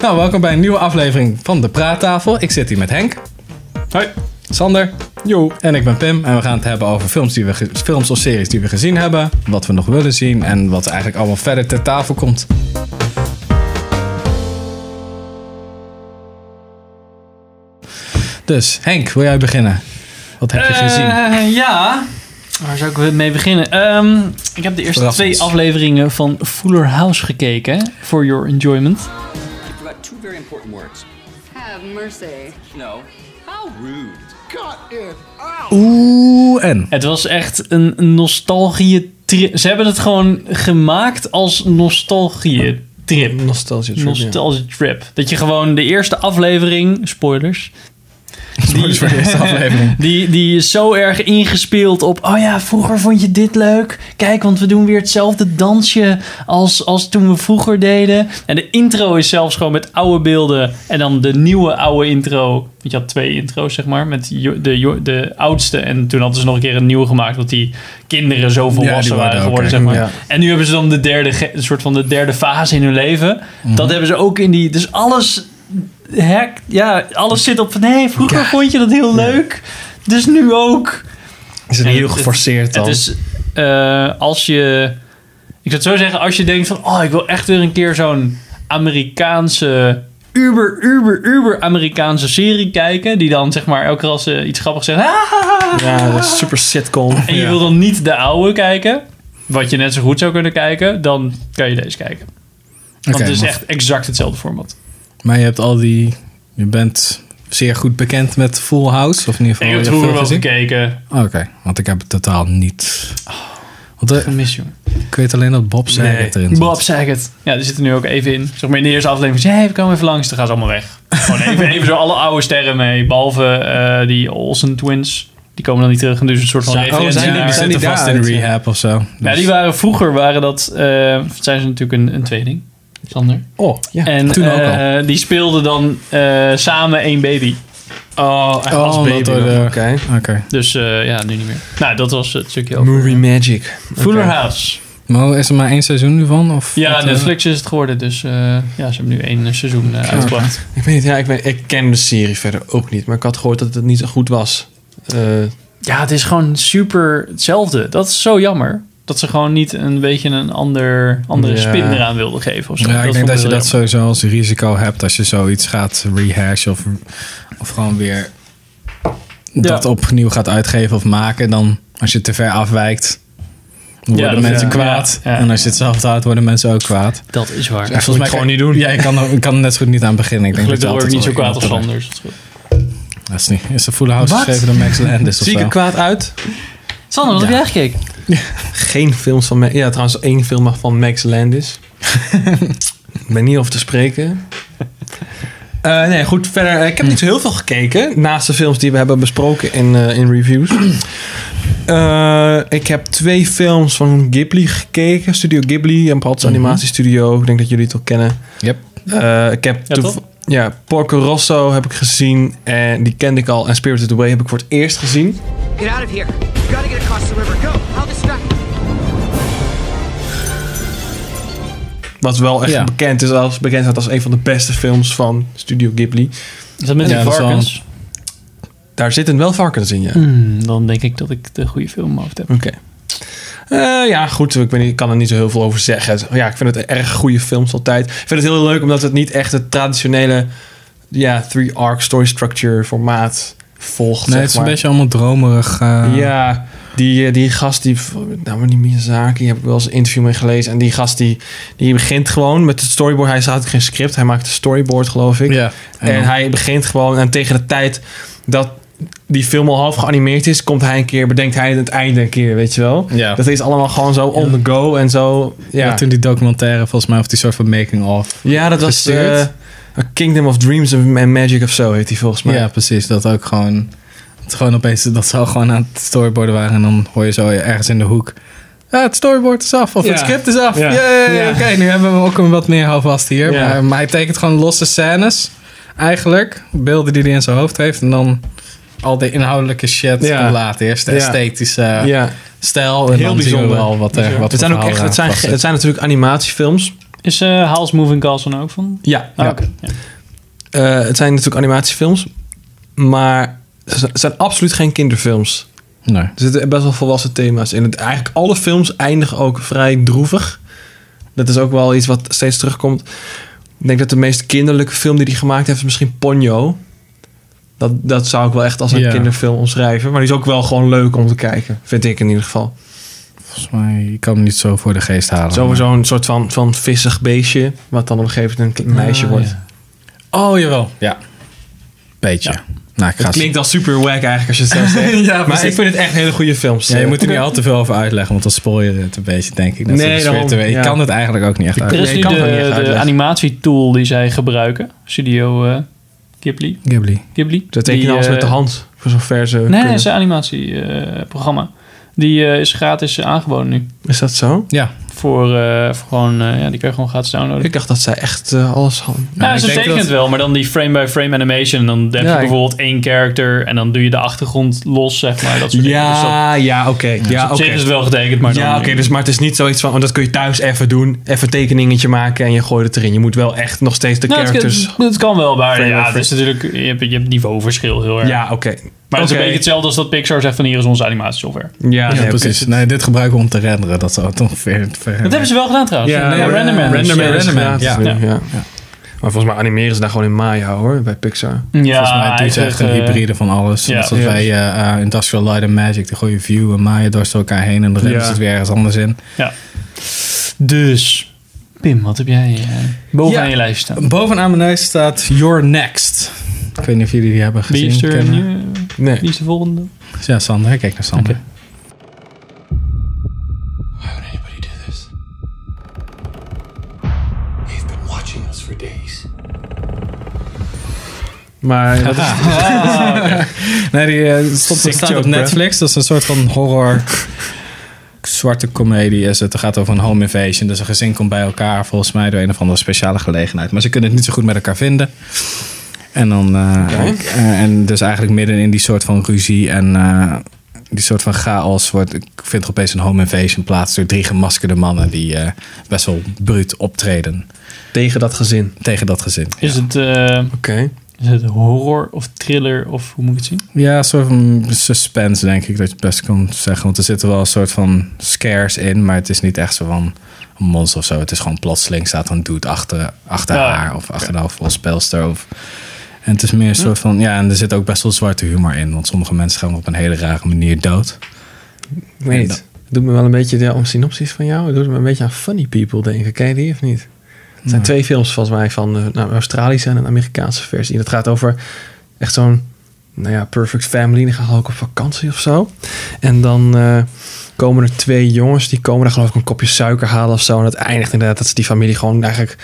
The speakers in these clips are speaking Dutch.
Nou, welkom bij een nieuwe aflevering van de Praattafel. Ik zit hier met Henk, Hoi. Sander Jo. en ik ben Pim. En we gaan het hebben over films, die we ge- films of series die we gezien hebben, wat we nog willen zien en wat eigenlijk allemaal verder ter tafel komt. Dus, Henk, wil jij beginnen? Wat heb je Eh. gezien? ja. Waar zou ik mee beginnen? Ehm, ik heb de eerste Verras twee ons. afleveringen van Fuller House gekeken. For your enjoyment. You forgot two very important words. Have mercy. No. How rude. Oeh, en? Het was echt een nostalgie trip. Ze hebben het gewoon gemaakt als nostalgie trip. Nostalgie. trip, ja. Nostalgie trip. Dat je gewoon de eerste aflevering, spoilers, Spoilers voor de eerste aflevering. Die, die is zo erg ingespeeld op. Oh ja, vroeger vond je dit leuk. Kijk, want we doen weer hetzelfde dansje als, als toen we vroeger deden. En de intro is zelfs gewoon met oude beelden. En dan de nieuwe oude intro. Want je had twee intro's, zeg maar. Met jo- de, jo- de oudste. En toen hadden ze nog een keer een nieuwe gemaakt. Want die kinderen zo die volwassen waren waren ook geworden, erg, zeg maar. ja. En nu hebben ze dan de derde, ge- een soort van de derde fase in hun leven. Mhm. Dat hebben ze ook in die. Dus alles hek, ja, alles zit op van nee, vroeger vond je dat heel leuk. Dus nu ook. Is het En niet heel het- geforceerd dan? Het is eh, als je. Ik zou het zo zeggen, als je denkt van oh, ik wil echt weer een keer zo'n Amerikaanse. Uber, uber, uber Amerikaanse serie kijken. Die dan zeg maar elke keer als ze iets grappigs zeggen. "Ah, ja, dat is super sitcom. en je wil dan niet de oude kijken. Wat je net zo goed zou kunnen kijken. Dan kan je deze kijken. Want Oké, het is maar- echt exact hetzelfde format. Maar je hebt al die. Je bent zeer goed bekend met Full House, of in ieder geval. ik heb je het hebt vroeger veel wel Oh. gezien. gekeken. Oké, want ik heb het totaal niet. Want eh, Mis jongen. ik weet alleen dat Bob Saget erin zit. Bob Saget. Ja, die zit er nu ook even in. Zeg maar in de eerste aflevering. Zeg, hey, we komen even langs. Dan gaan ze allemaal weg. Gewoon even, even zo alle oude sterren mee. Behalve eh, die Olsen Twins. Die komen dan niet terug. En dus een soort van Oh, zijn die, referentie die naar- zitten die vast in daaruit? rehab of zo. Dus- Ja, die waren vroeger waren dat... eh, zijn ze natuurlijk een, een tweeling. Sander. Oh, ja. En toen ook eh, die speelden dan eh, samen één baby. oh, echt Oh, dat door de- Oké. Oké. Dus eh, ja, nu niet meer. Nou, dat was het stukje over. Movie Magic. Fuller Oké. House. Maar is er maar één seizoen nu van? Of Ja, wat, eh? Netflix is het geworden. Dus eh, ja, ze hebben nu één eh, seizoen eh, uitgebracht. Ik weet niet, ja, ik, weet, ik ken de serie verder ook niet. Maar ik had gehoord dat het niet zo goed was. Eh, Ja, het is gewoon super hetzelfde. Dat is zo jammer. Dat ze gewoon niet een beetje een ander, andere Ja. spin eraan wilden geven. Of zo. Ja, ik denk vond dat je heel dat jammer. sowieso als risico hebt als je zoiets gaat rehashen of, of gewoon weer dat opnieuw gaat uitgeven of maken. Dan als je te ver afwijkt, worden dat- mensen ja. kwaad. Ja, ja. En als je hetzelfde houdt, worden mensen ook kwaad. Dat is waar. Ja, moet je het gewoon niet doen. Ja, ik kan, er- ik kan er net zo goed niet aan beginnen. Ik denk dat Gelukkig je word ik altijd niet zo wel iemand kwaad als anders. Dat is goed. hebt. Dat is niet. Is de Full House Wat? geschreven door Max Landis of zie ik zo? er kwaad uit? Sander, wat heb jij gekeken? Geen films van Max... Ja, trouwens één film van Max Landis. ik ben niet over te spreken. Eh, nee, goed. Verder, eh, ik heb niet zo heel veel gekeken. Naast de films die we hebben besproken in, eh, in reviews. Eh, ik heb twee films van Ghibli gekeken. Studio Ghibli, een Japans animatiestudio. Ik denk dat jullie het wel kennen. Yep. Eh, ik heb Ja, toev- toch? ja, Porco Rosso heb ik gezien. En die kende ik al. En Spirited Away heb ik voor het eerst gezien. Get out of here. You gotta get across the river. Go. I'll distract you. Wat wel echt Ja. bekend is als, bekend staat als een van de beste films van Studio Ghibli. Is dat met Ja, die dat is wel varkens? Daar zitten wel varkens in, ja. Hmm, dan denk ik dat ik de goede film over heb. Oké. Eh, ja, goed. Ik, weet niet, ik kan er niet zo heel veel over zeggen. Ja, ik vind het erg goede films altijd. Ik vind het heel leuk omdat het niet echt het traditionele ja, three-arc story structure formaat volgt. Nee, zeg het is een maar. beetje allemaal dromerig. eh, Ja, die, eh, die gast die... Nou, maar die Miyazaki heb ik wel eens een interview mee gelezen. En die gast die, die begint gewoon met het storyboard. Hij had geen script. Hij maakt een storyboard, geloof ik. ja. En, dan- hij begint gewoon. En tegen de tijd dat die film al half geanimeerd is... komt hij een keer, bedenkt hij het einde een keer, weet je wel. Ja. Dat is allemaal gewoon zo on the go en zo. Ja, ja, toen die documentaire volgens mij, of die soort van making-of. ja dat was... gestuurd. eh, A Kingdom of Dreams and Magic of zo heet die volgens mij. Ja, precies. Dat ook gewoon. Het gewoon opeens dat ze al gewoon aan het storyboarden waren. En dan hoor je zo ergens in de hoek. Ja, het storyboard is af. Of Ja. het script is af. Ja. Yay, Ja. Oké, nu hebben we hem ook een wat meer houvast hier. Ja. Maar, maar hij tekent gewoon losse scènes. Eigenlijk. Beelden die hij in zijn hoofd heeft. En dan al de inhoudelijke shit Ja. ja. laat eerst. De Ja. esthetische ja. stijl. En Heel dan zien we bijzonder. wel wat er wat het zijn voor ook echt, verhaal het zijn, eraan vast het zijn natuurlijk animatiefilms. Is eh Howl's Moving Castle nou ook van? Ja, Ah, ja. oké. Ja. Eh, het zijn natuurlijk animatiefilms, maar ze- het zijn absoluut geen kinderfilms. Nee. Er zitten best wel volwassen thema's in. Het, eigenlijk alle films eindigen ook vrij droevig. Dat is ook wel iets wat steeds terugkomt. Ik denk dat de meest kinderlijke film die hij gemaakt heeft is misschien Ponyo. Dat, dat zou ik wel echt als een Ja. kinderfilm omschrijven. Maar die is ook wel gewoon leuk om te kijken, vind ik in ieder geval. Volgens mij, ik kan hem niet zo voor de geest halen. maar- Sowieso een soort van, van vissig beestje, wat dan op een gegeven moment een klein meisje Ah, wordt. ja. Oh, jawel. Ja. Beetje. Nou, ik ga Het ze- klinkt al super wack eigenlijk als je het zo zegt. Ja, maar precies. ik vind het echt hele goede films. Eh, Ja, je moet er niet al te veel over uitleggen, want dan spoil je het een beetje, denk ik. Net Nee, zoals de daarom, sfeer te- Ik ja. kan het eigenlijk ook niet echt Er uitleggen. is Nee, nu ik kan het ook niet echt de, de uitleggen. animatietool die zij gebruiken. Studio eh Ghibli. Ghibli. Ghibli. Ze tekenen Die, alles eh, met de hand, voor zover ze Nee, kunnen. nee, het is een animatieprogramma. die eh, is gratis eh, aangeboden nu. Is dat zo? Ja. Voor, eh, voor gewoon, eh, ja, die kun je gewoon gratis downloaden. Ik dacht dat zij echt eh, alles hadden. Nou, ik ze denk tekent dat- wel, maar dan die frame-by-frame animation. En dan heb Ja, je ik- bijvoorbeeld één character en dan doe je de achtergrond los, zeg maar. Dat soort dingen. Dus dat- ja, oké. Ja, Op zich is het wel getekend, maar Ja, dan- oké, dus maar het is niet zoiets van, want dat kun je thuis even doen. Even een tekeningetje maken en je gooit het erin. Je moet wel echt nog steeds de Nou, het, characters... het- het kan wel, maar Frame by ja, het frame. is natuurlijk, je hebt, je hebt niveauverschil heel erg. ja, oké. Maar het is een Oké. beetje hetzelfde als dat Pixar zegt van hier is onze animatiesoftware. Ja, Ja, nee, oké. precies. Nee, dit gebruiken we om te renderen. Dat zou het ongeveer... het ver- Dat hebben ze wel gedaan trouwens. Ja, eh, nee, Random Man. Random Man. Ja, Random Man, ja. Ja. Ja. Maar volgens mij animeren ze daar gewoon in Maya hoor, bij Pixar. Volgens mij doen ze echt een eigenlijk, eh, hybride van alles. ja. Net zoals Ja. wij eh, eh, Industrial Light and Magic, de goede view en Maya door elkaar heen en dan Ja. hebben ze het weer ergens anders in. Ja. Dus, Pim, wat heb jij eh, bovenaan Ja. je lijst staan? Bovenaan mijn neus staat Your Next. Ik weet niet of jullie die hebben Wie gezien. is er kennen. nu? Nee. Wie is de volgende? Dus Ja, Sander. Kijk naar Sander. Oké. Why would anybody do this? They've been watching us for days. Maar dat is- Nee, die eh, stond Sick staat op joke, bro. Netflix. Dat is een soort van horror... zwarte komedie is het. Het gaat over een home invasion. Dus een gezin komt bij elkaar, volgens mij, door een of andere speciale gelegenheid. Maar ze kunnen het niet zo goed met elkaar vinden. En dan... eh, eh, en dus eigenlijk midden in die soort van ruzie en... eh, die soort van chaos wordt. Ik vind er opeens een home invasion plaats door drie gemaskerde mannen die eh, best wel bruut optreden tegen dat gezin. tegen dat gezin. Is, het, eh, Oké. is het horror of thriller of hoe moet ik het zien? Ja, een soort van suspense, denk ik, dat je het best kan zeggen. Want er zitten wel een soort van scares in, maar het is niet echt zo van een monster of zo. Het is gewoon plotseling staat een dude achter, achter Ja. haar of achter de hoofdrolspelster. Of, en het is meer een soort van, ja, en er zit ook best wel zwarte humor in. Want sommige mensen gaan op een hele rare manier dood. Ik weet niet. Het doet me wel een beetje de om synopsis van jou. Het doet me een beetje aan Funny People denken. Ken je die of niet? Het zijn twee films volgens mij van eh, nou, een Australische en een Amerikaanse versie. En het gaat over echt zo'n nou ja, perfect family. Die gaan ook op vakantie of zo. En dan eh, komen er twee jongens. Die komen daar geloof ik een kopje suiker halen of zo. En dat eindigt inderdaad dat ze die familie gewoon eigenlijk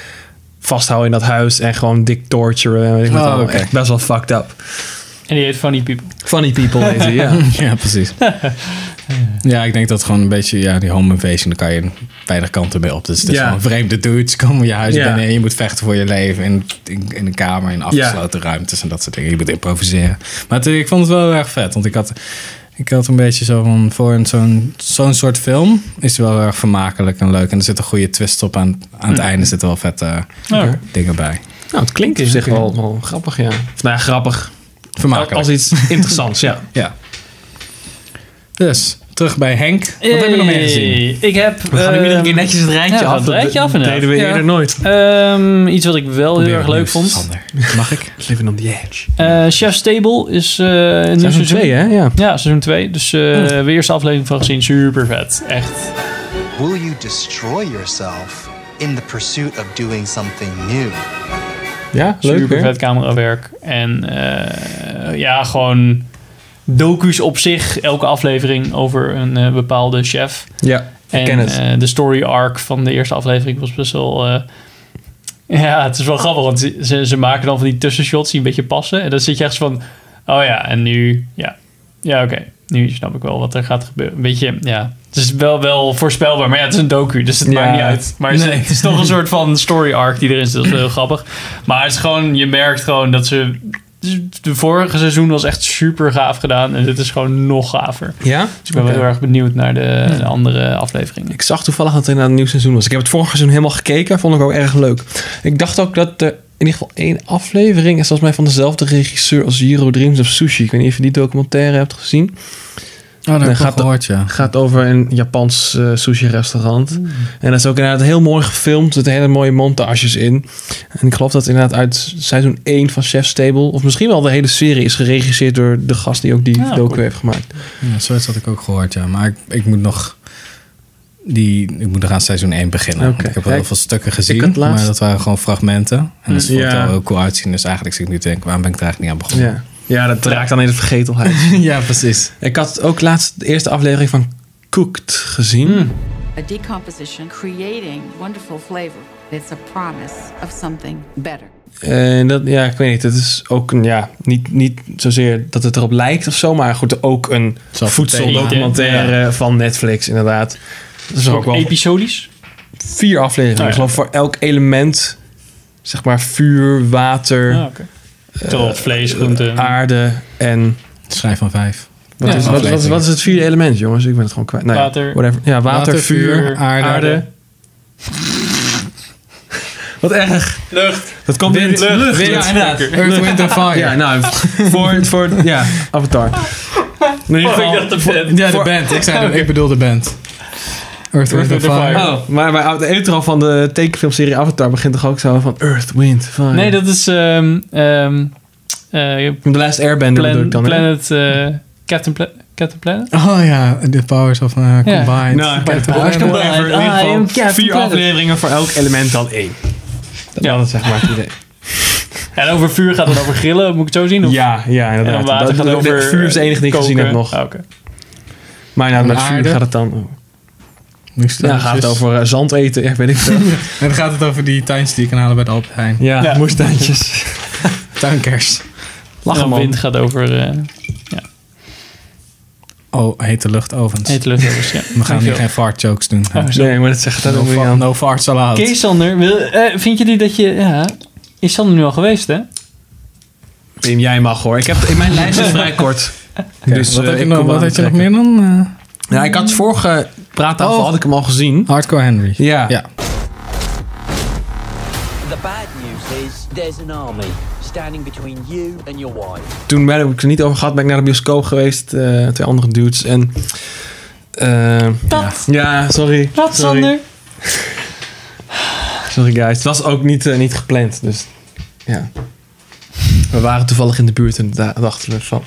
vasthouden in dat huis. En gewoon dik torturen. En weet ik wat Oh, allemaal. oké. Echt best wel fucked up. En die heet Funny People. Funny People heet die, ja. Ja, precies. ja, ik denk dat gewoon een beetje, ja, die home invasion, daar kan je weinig kanten mee op. Dus het is Ja. gewoon vreemde dudes komen je huis Ja. binnen en je moet vechten voor je leven in, in, in een kamer, in afgesloten ruimtes en dat soort dingen. Je moet improviseren. Maar het- ik vond het wel heel erg vet, want ik had, ik had een beetje zo van, voor een- zo'n zo'n soort film is het wel heel erg vermakelijk en leuk. En er zit een goede twist op aan, aan het einde, zitten wel vette eh, Ja. dingen bij. Nou, het klinkt op zich wel, wel grappig, ja. Of, nou ja, grappig. Vermakelijk. Als iets interessants, ja. Ja. Dus, terug bij Henk. Wat heb je nog meer gezien? Hey, Ik heb... We gaan nu iedere ehm, keer netjes het rijtje ja, af. het rijtje af Dat inderdaad. deden we Ja. eerder nooit. ehm, iets wat ik wel heel erg Weer leuk nieuws, vond. Sander. Mag ik? Living on Oh, the edge. Eh, Chef's Table is eh een nieuw Seizoen seizoen. 2, hè? Ja. Ja, seizoen 2. Dus eh we eerste aflevering van gezien. Super vet. Echt. Will you destroy yourself in the pursuit of doing something new? Ja, leuk, super hè? vet camerawerk. En eh, ja, gewoon docu's op zich. Elke aflevering over een eh, bepaalde chef. Ja, ik En ken het. eh, de story arc van de eerste aflevering was best wel... eh, ja, het is wel grappig, want ze- ze, ze maken dan van die tussenshots die een beetje passen. En dan zit je echt zo van, oh ja, en nu, ja, ja oké. Nu snap ik wel wat er gaat gebeuren. Een beetje, ja, het is wel, wel voorspelbaar, maar ja, het is een docu, dus het Ja. maakt niet uit. Maar het is- het is toch een soort van story arc die erin zit, dat is wel heel grappig. Maar het is gewoon, je merkt gewoon dat ze Dus de vorige seizoen was echt super gaaf gedaan. En dit is gewoon nog gaver. Ja? Dus ik ben wel heel erg benieuwd naar de, de andere afleveringen. Ik zag toevallig dat het inderdaad een nieuw seizoen was. Ik heb het vorige seizoen helemaal gekeken. Vond ik ook erg leuk. Ik dacht ook dat er in ieder geval één aflevering is volgens mij van dezelfde regisseur als Zero Dreams of Sushi. Ik weet niet of je die documentaire hebt gezien. Oh, dat Dan heb ik gaat al de- gehoord, ja. gaat over een Japans eh, sushi-restaurant. En dat is ook inderdaad heel mooi gefilmd. Er zitten hele mooie montages in. En ik geloof dat inderdaad uit seizoen 1 van Chef's Table... of misschien wel de hele serie is geregisseerd door de gast die ook die Ja, docu cool. heeft gemaakt. Ja, zoiets had ik ook gehoord, ja. Maar ik, ik moet nog... Die, ik moet nog aan seizoen 1 beginnen. Oké. Want Ik heb wel Ja, heel veel stukken ik gezien, had laatst- Mm, maar dat waren gewoon fragmenten. En dat vond ik Ja. wel heel cool uitzien. Dus eigenlijk zit ik nu te denken, waarom ben ik er eigenlijk niet aan begonnen? Ja, ja dat raakt dan in de vergetelheid. Ja, precies. ik had ook laatst de eerste aflevering van Cooked gezien. a decomposition creating wonderful flavor. It's a promise of something better. En dat, ja, ik weet niet. Het is ook een, ja, niet, niet zozeer dat het erop lijkt of zo, maar goed, ook een voedseldocumentaire van Netflix, inderdaad. Dat is er ook Ook wel episodisch. vier afleveringen. Oh, ja. Ik geloof voor elk element, zeg maar vuur, water, eh, Ah, oké. Terwijl vlees, groenten. aarde en. Schrijf van 5. Wat, Ja, is, wat, wat, afleveringen. wat is het vierde element, jongens? Ik ben het gewoon kwijt. Nou ja, Water. whatever. Ja, water, Water, vuur, vuur, aarde. aarde. Wat erg. Lucht. Dat komt wind, lucht, wind. wind. Ja, inderdaad. Earth, Wind and Fire. Ja, nou, voor, voor, ja, Avatar. In ieder Oh, ik geval- dacht de band. Ja, de band. Ik, zei, ik bedoel de band. Earth, Wind and and Fire. Fire. Oh, maar bij de intro van de tekenfilmserie Avatar begint toch ook zo van Earth, Wind, Fire. Nee, dat is ehm, ehm, eh, De Last Airbender bedoel Plan- ik dan. hè? Planet... eh, Captain, Pla- Captain Planet? Oh ja, de powers of eh, Ja. combined. Nou, kijk, Captain whatever. Planet. In ieder Ah, geval I am Captain vier Planet. afleveringen voor elk element dan één. Dat Ja. ja. zeg maar het idee. En over vuur gaat het over grillen, moet ik het zo zien? Of? Ja, ja, En inderdaad. dan water Dat- gaat dat- over... dat- vuur is de enige die ik koken. gezien heb nog. Ah, oké. Maar inderdaad, met En vuur aarde. gaat het dan... Nu staat Ja, dan gaat het dus- over eh, zand eten, echt weet ik veel. En dan gaat het over die tuintjes die je kan halen bij de Albert Heijn. ja, Ja. moestuintjes. Tuinkers. En Lachen, dan wind man. gaat over eh Oh, hete luchtovens. hete lucht. Ja. We gaan nu geen fart jokes doen. Nee, maar Oh, dat zegt dat no, ook niet fa- aan. no farts allowed. Kees Sander, wil, eh, vind jullie dat je... Ja, is Sander nu al geweest, hè? Pim, jij mag hoor. Ik heb, in mijn lijst is vrij kort. Oké, Dus, wat eh, had je, ik nog, kom wel wat had je nog meer aantrekken. dan? Eh, Ja, ik had vorige praattafel, Oh. had ik hem al gezien. Hardcore Henry. Ja. ja. The bad news is there's an army standing between you and your wife. toen ben ik er niet over gehad, ben ik naar de bioscoop geweest. eh twee andere dudes. En. eh, Dat. ja, sorry. Wat, sorry. Sander? Sorry, guys. Het was ook niet, eh, niet gepland. Dus. Ja. We waren toevallig in de buurt en daar dachten we van.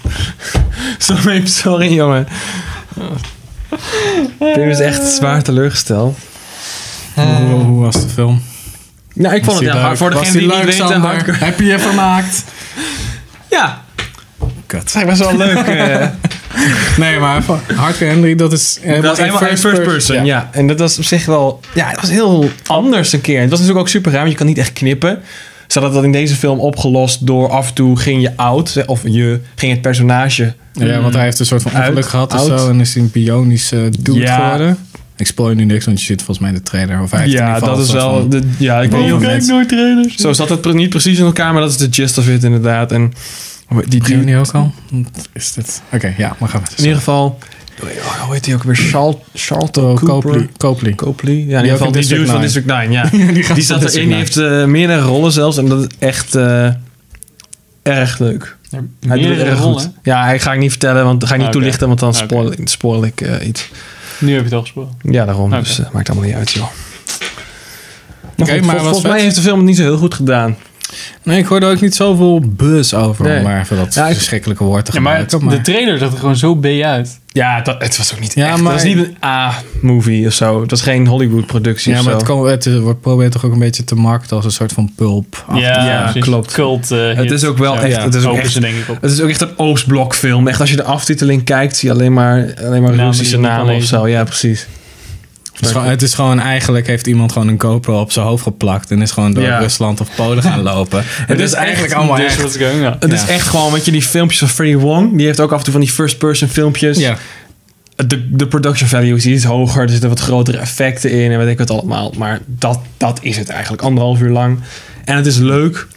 sorry, sorry, jongen. Pim is echt zwaar teleurgesteld. Hoe, hoe was de film? Nou, ik vond Was het die heel leuk? hard. Voor Was degene die die niet leuk, weten, Sander? hardcore. Heb je je vermaakt? Ja, Kut. dat was wel leuk. eh. Nee, maar van- Hardcore Henry, dat is... eh, Dat was helemaal in first, person, ja. En dat was op zich wel... Ja, het was heel anders een keer. Het was natuurlijk ook super ruim. Je kan niet echt knippen. Ze hadden dat in deze film opgelost door af en toe ging je oud. Of je ging het personage... Ja. want hij heeft een soort van ongeluk Uit, gehad of oud. zo. En is een bionische dude Ja. geworden. Ik spoil nu niks, want je zit volgens mij in de trailer. Of hij heeft in Ja, ieder geval dat is een soort wel... van- De, ja, ik weet niet Oh, of kijk mensen- nooit trailers. Zo zat het pre- niet precies in elkaar, maar dat is de gist of it inderdaad. En die, die, Beginnen we in nu ook al? Is dit... Oké, ja, maar gaan we ieder geval... oh, hoe heet die ook weer? Charl- Charlton Copley. Copley. Copley. Copley. Ja, in ieder ook geval in die District dude van 9. District 9, ja. Die gaat Die zat van District erin, die Nine. heeft eh, meerdere rollen zelfs. En dat is echt eh, erg leuk. Hij doet het Meerdere erg goed. rollen. Ja, hij ga ik niet vertellen, want dat ga ik niet Oké. toelichten, want dan Oké. spoil, spoil ik eh, iets. Nu heb je het al gesproken. Ja, daarom. Oké. Dus eh, maakt allemaal niet uit, joh. Oké, maar maar goed, vol- was volgens vet. mij heeft de film het niet zo heel goed gedaan. Nee, ik hoorde ook niet zoveel buzz over, Nee. om maar even dat Ja, ik- verschrikkelijke woord te Ja, maar, het- gebruiken. maar- de trailer zag er gewoon zo B uit. Ja, dat, het was ook niet Ja, echt. maar- Het was niet een A-movie of zo. Het was geen Hollywood-productie ja, of maar dus zo. het, kan, het is- wordt probeert toch ook een beetje te marketen als een soort van pulp. ja, precies. klopt. Cult, eh, Het hit. is ook wel Zo. echt- het is ook Hopen echt- ze denk ik op. Het is ook echt een Oostblokfilm. Echt, als je de aftiteling kijkt, zie je alleen maar, alleen maar Namen Russische die je niet kan namen of lezen. zo. Ja, precies. Het is, gewoon, het is gewoon eigenlijk heeft iemand gewoon een GoPro op zijn hoofd geplakt en is gewoon door Ja. Rusland of Polen gaan lopen. En het is is eigenlijk echt allemaal Dus echt. what's going on? Het is Ja. echt gewoon, weet je, die filmpjes van Freddie Wong. Die heeft ook af en toe van die first-person filmpjes. Ja. De, de production value is iets hoger. Er zitten wat grotere effecten in en weet ik wat allemaal. Maar dat, dat is het eigenlijk. Anderhalf uur lang. En het is leuk.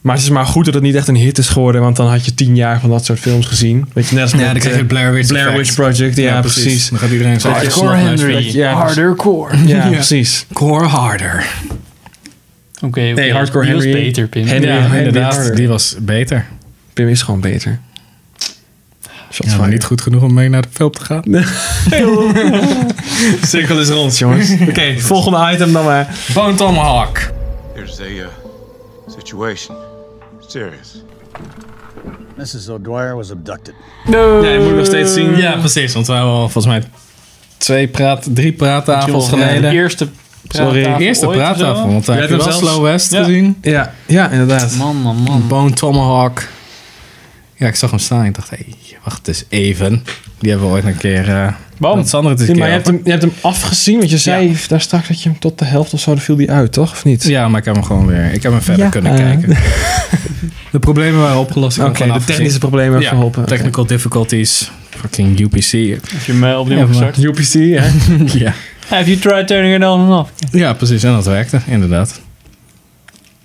Maar het is maar goed dat het niet echt een hit is geworden, want dan had je tien jaar van dat soort films gezien. Weet je, net als Ja, met, dan krijg je eh, het Blair Witch Blair effect. Witch Project. Ja, precies. Dan gaat iedereen zo Dat je Hardcore snap luistert, Henry. dat je- ja, Harder core. Ja, precies. Core harder. Oké, oké. Nee, Hardcore Die was Henry. beter, Pim. Henry. Ja, Ja, Henry inderdaad. harder. Die was beter. Pim is gewoon beter. Shots Ja, maar fired. niet goed genoeg om mee naar de film te gaan. Cirkel is rond, jongens. Oké, volgende item dan maar. Bone Tomahawk. There's a uh, situation. Serious. Mrs. O'Dwyer was abducted. Ja, je moet nog steeds zien. Ja, precies. Want we hebben al volgens mij twee praat, drie praattafels Jongen, ja, de geleden. De eerste praattafel De eerste ooit of zo. praattafel. Want daar Jij heb je wel hebt hem zelfs- Slow West Ja. gezien. Ja, ja inderdaad. Man, man, man. Bone Tomahawk. Ja, ik zag hem staan. Ik dacht, hé, wacht eens even. Die hebben we ooit een keer... eh Bam. dat Sander het eens Ja, een maar keer je hebt, had. hem, je hebt hem afgezien, want je zei daar straks dat je hem tot de helft of zo, dan viel die uit, toch? Of niet? Ja, maar ik heb hem gewoon weer... Ik heb hem verder Ja. kunnen Eh. kijken. De problemen waren opgelost. Ik heb Oké, hem gewoon de afgezien. technische problemen hebben Ja, geholpen. Technical difficulties. Fucking UPC. Heb je hem eh, opnieuw Ja, maar- gestart? UPC, hè? ja. Have you tried turning it on and off? ja, precies. En dat werkte, inderdaad.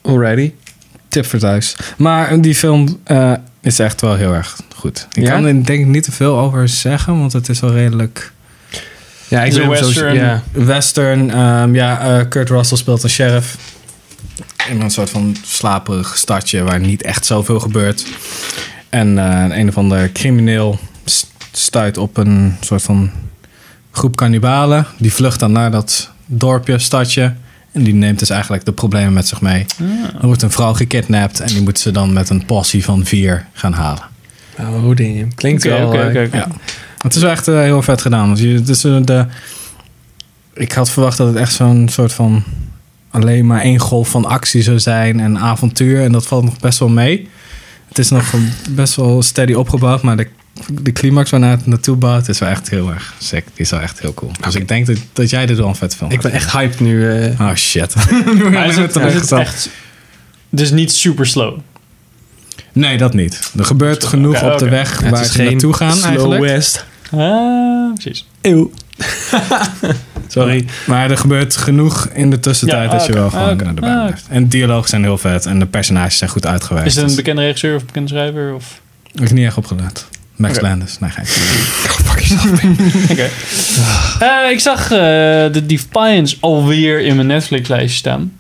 Alrighty. tip voor thuis. Maar die film eh, is echt wel heel erg goed. Ik Ja? kan er denk ik niet te veel over zeggen, want het is wel redelijk Ja, ik Is ben een hem zo- western. Ja. western. Ehm, ja, eh, Kurt Russell speelt een sheriff in een soort van slaperig stadje waar niet echt zoveel gebeurt. En eh, een een of ander crimineel st- stuit op een soort van groep kannibalen. Die vlucht dan naar dat dorpje, stadje. En die neemt dus eigenlijk de problemen met zich mee. Er wordt een vrouw gekidnapt en die moet ze dan met een passie van vier gaan halen. Oh, hoe ding je? Klinkt Oké, wel... oké, eh, oké, oké. Ja. Het is wel echt eh, heel vet gedaan. Want je, het is, eh, de, ik had verwacht dat het echt zo'n soort van... alleen maar één golf van actie zou zijn en avontuur. En dat valt nog best wel mee. Het is nog een- best wel steady opgebouwd. Maar de, de climax waarna het naartoe bouwt is wel echt heel erg sick. Die is wel echt heel cool. Dus ik denk dat, dat jij dit wel een vet film Ik ben echt hyped nu. eh. Oh shit. Nu Maar hebben is we het, het is het al. echt... Dus niet super slow. Nee, dat niet. Er gebeurt genoeg Oké, op de oké. weg het waar is ze geen naartoe gaan Slow eigenlijk. West. Ah, precies. Eeuw. Sorry. Maar er gebeurt genoeg in de tussentijd Ja, dat je oké. wel gewoon Ah, oké. naar de baan Ah, oké. blijft. En de dialogen zijn heel vet en de personages zijn goed uitgewerkt. Is het een Dus bekende regisseur of bekende schrijver? Of... Ik heb niet echt opgelet. Max Oké. Landis. Nee, geen. Eh, ik zag eh de Defiance alweer in mijn Netflix-lijstje staan.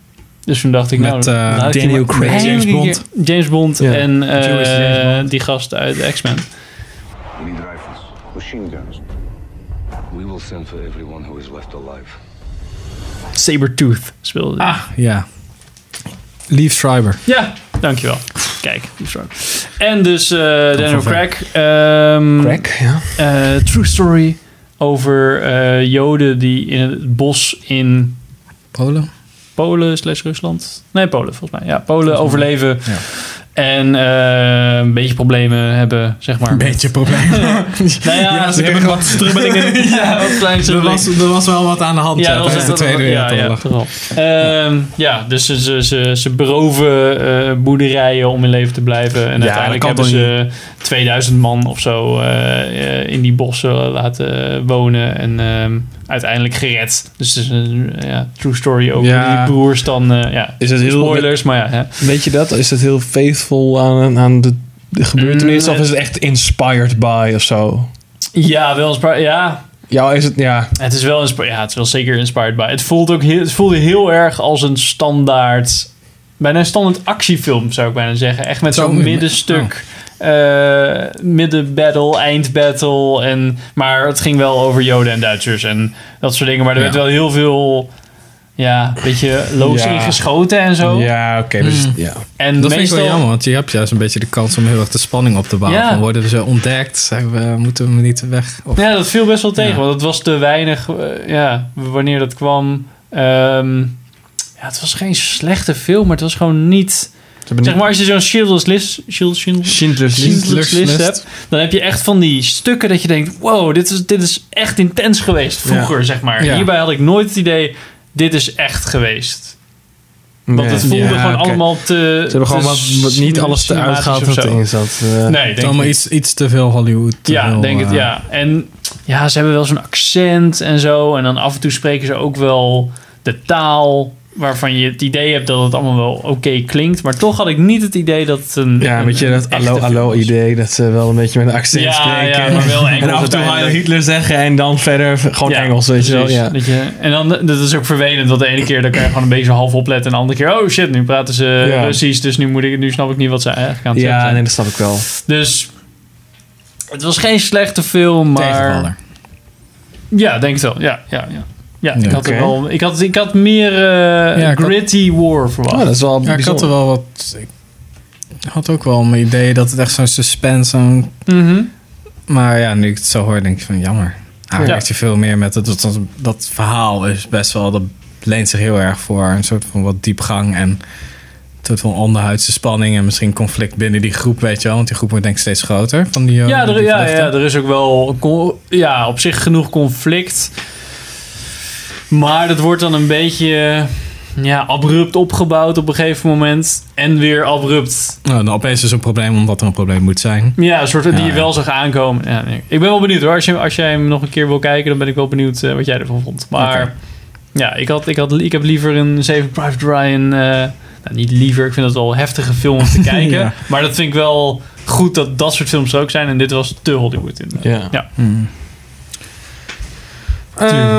Dus toen dacht ik, nou... Met, eh, laat ik die Daniel maar- Craig. Met James Bond. James Bond Ja. en eh, Jewish James Bond. die gast uit X-Men. We need rifles, machine guns. We will send for everyone who is left alive. Ah. Sabertooth speelde die. Ah, Ja. Lief Schreiber. Ja, dankjewel. Kijk, die vrouw. En dus eh, Daniel van ver. Craig. ehm, Crack, ja. eh, true story over eh, joden die in het bos in Polen. Polen slash Rusland. Nee, Polen volgens mij. Ja, Polen overleven. Ja. En eh, een beetje problemen hebben, zeg maar. Een beetje probleem. Nou ja, Ja, ze ze hebben kregen- wat strubbelingen. ja, wat klein er, strubbelingen. was, er was wel wat aan de hand ja, dat tijdens de was- Tweede ja, Wereldoorlog. Ja, toch wel. Ehm, ja, dus ze, ze, ze, ze beroven eh, boerderijen om in leven te blijven. En Ja, uiteindelijk dat hebben kan ze 2000 man of zo eh, eh, in die bossen laten wonen. En ehm, uiteindelijk gered. Dus het is een ja, true story over Ja. die broers dan. eh, ja. Is het heel- Spoilers, maar ja. hè. Weet je dat? Is het heel faithful aan, aan de, de gebeurtenis? Mm, of is het echt inspired by of zo? Ja, wel inspi- ja, Ja, is het... Ja. Het is wel inspi- ja, het is wel zeker inspired by. Het voelt ook heel, het voelde heel erg als een standaard, bijna een standaard actiefilm zou ik bijna zeggen. Echt met Zo, oh. zo'n maar- middenstuk, eh middenbattle, eindbattle en, maar het ging wel over Joden en Duitsers en dat soort dingen. Maar er werd Ja. wel heel veel, ja, een beetje loos Ja. ingeschoten en zo. Ja, oké. dus, ja. En Dat vind ik meestal, wel jammer, want je hebt juist een beetje de kans om heel erg de spanning op te bouwen. Ja. Van worden we zo ontdekt? Zijn we, moeten we niet weg? Of, Ja, dat viel best wel tegen. Ja. Want het was te weinig. eh, ja, wanneer dat kwam. Ehm, ja, het was geen slechte film, maar het was gewoon niet. Zeg maar, als je zo'n Schindler's List, Schild- Schind- Schindler's Schindler's List hebt, dan heb je echt van die stukken dat je denkt: wow, dit is, dit is echt intens geweest vroeger, zeg maar. Ja. Hierbij had ik nooit het idee: dit is echt geweest. Want het voelde gewoon allemaal te. Ze hebben gewoon wat, wat niet alles eruit gehaald wat erin zat. eh. Nee, het is denk allemaal ik. iets, iets te veel Hollywood. te Ja, veel, denk het, eh, ja. En ja, ze hebben wel zo'n accent en zo. En dan af en toe spreken ze ook wel de taal. waarvan je het idee hebt dat het allemaal wel oké klinkt. Maar toch had ik niet het idee dat het een. Ja, een- weet je, een dat echte allo film allo was. idee dat ze wel een beetje met een accent Ja, spreken. ja, maar wel en Engels af en toe Heil uiteindelijk. Hitler zeggen en dan verder v- gewoon Ja, Engels, weet je wel. precies. Ja. Dat je, en dan, dat is ook vervelend, want de ene keer dan kan je gewoon een beetje half opletten. En de andere keer, oh shit, nu praten ze Ja. Russisch, dus nu, moet ik, nu snap ik niet wat ze eigenlijk aan het zeggen ja, zijn. nee, dat snap ik wel. Dus het was geen slechte film, maar... Tegenvaller. Ja, denk ik wel. Ja, ja, ja. ja, ik, Ja. had er Oké. wel, ik, had, ik had meer eh, Ja, ik had- gritty war verwacht. Oh, dat is wel Ja, ik had er bijzonder. wel wat... Ik had ook wel mijn idee dat het echt zo'n suspense... Zo'n, Mhm. maar ja, nu ik het zo hoor, denk ik van jammer. Hij Ja. werkt je veel meer met... Dat, dat, dat verhaal is best wel... Dat leent zich heel erg voor een soort van wat diepgang en... Een soort van onderhuidse spanning en misschien conflict binnen die groep, weet je wel. Want die groep wordt denk ik steeds groter van die... eh, Ja, er, die ja, vluchten. ja, er is ook wel co- ja, op zich genoeg conflict. Maar dat wordt dan een beetje ja, abrupt opgebouwd op een gegeven moment. En weer abrupt. Nou, dan opeens is een probleem omdat er een probleem moet zijn. Ja, een soort die Ja, je ja. wel zag aankomen. Ja, nee. Ik ben wel benieuwd hoor. Als, je, als jij hem nog een keer wil kijken, dan ben ik wel benieuwd eh, wat jij ervan vond. Maar Oké. ja, ik, had, ik, had, ik heb liever een Saving Private Ryan... eh, nou, niet liever, ik vind het wel een heftige film om te kijken. Ja. Maar dat vind ik wel goed dat dat soort films er ook zijn. En dit was te Hollywood in. Ja. ja.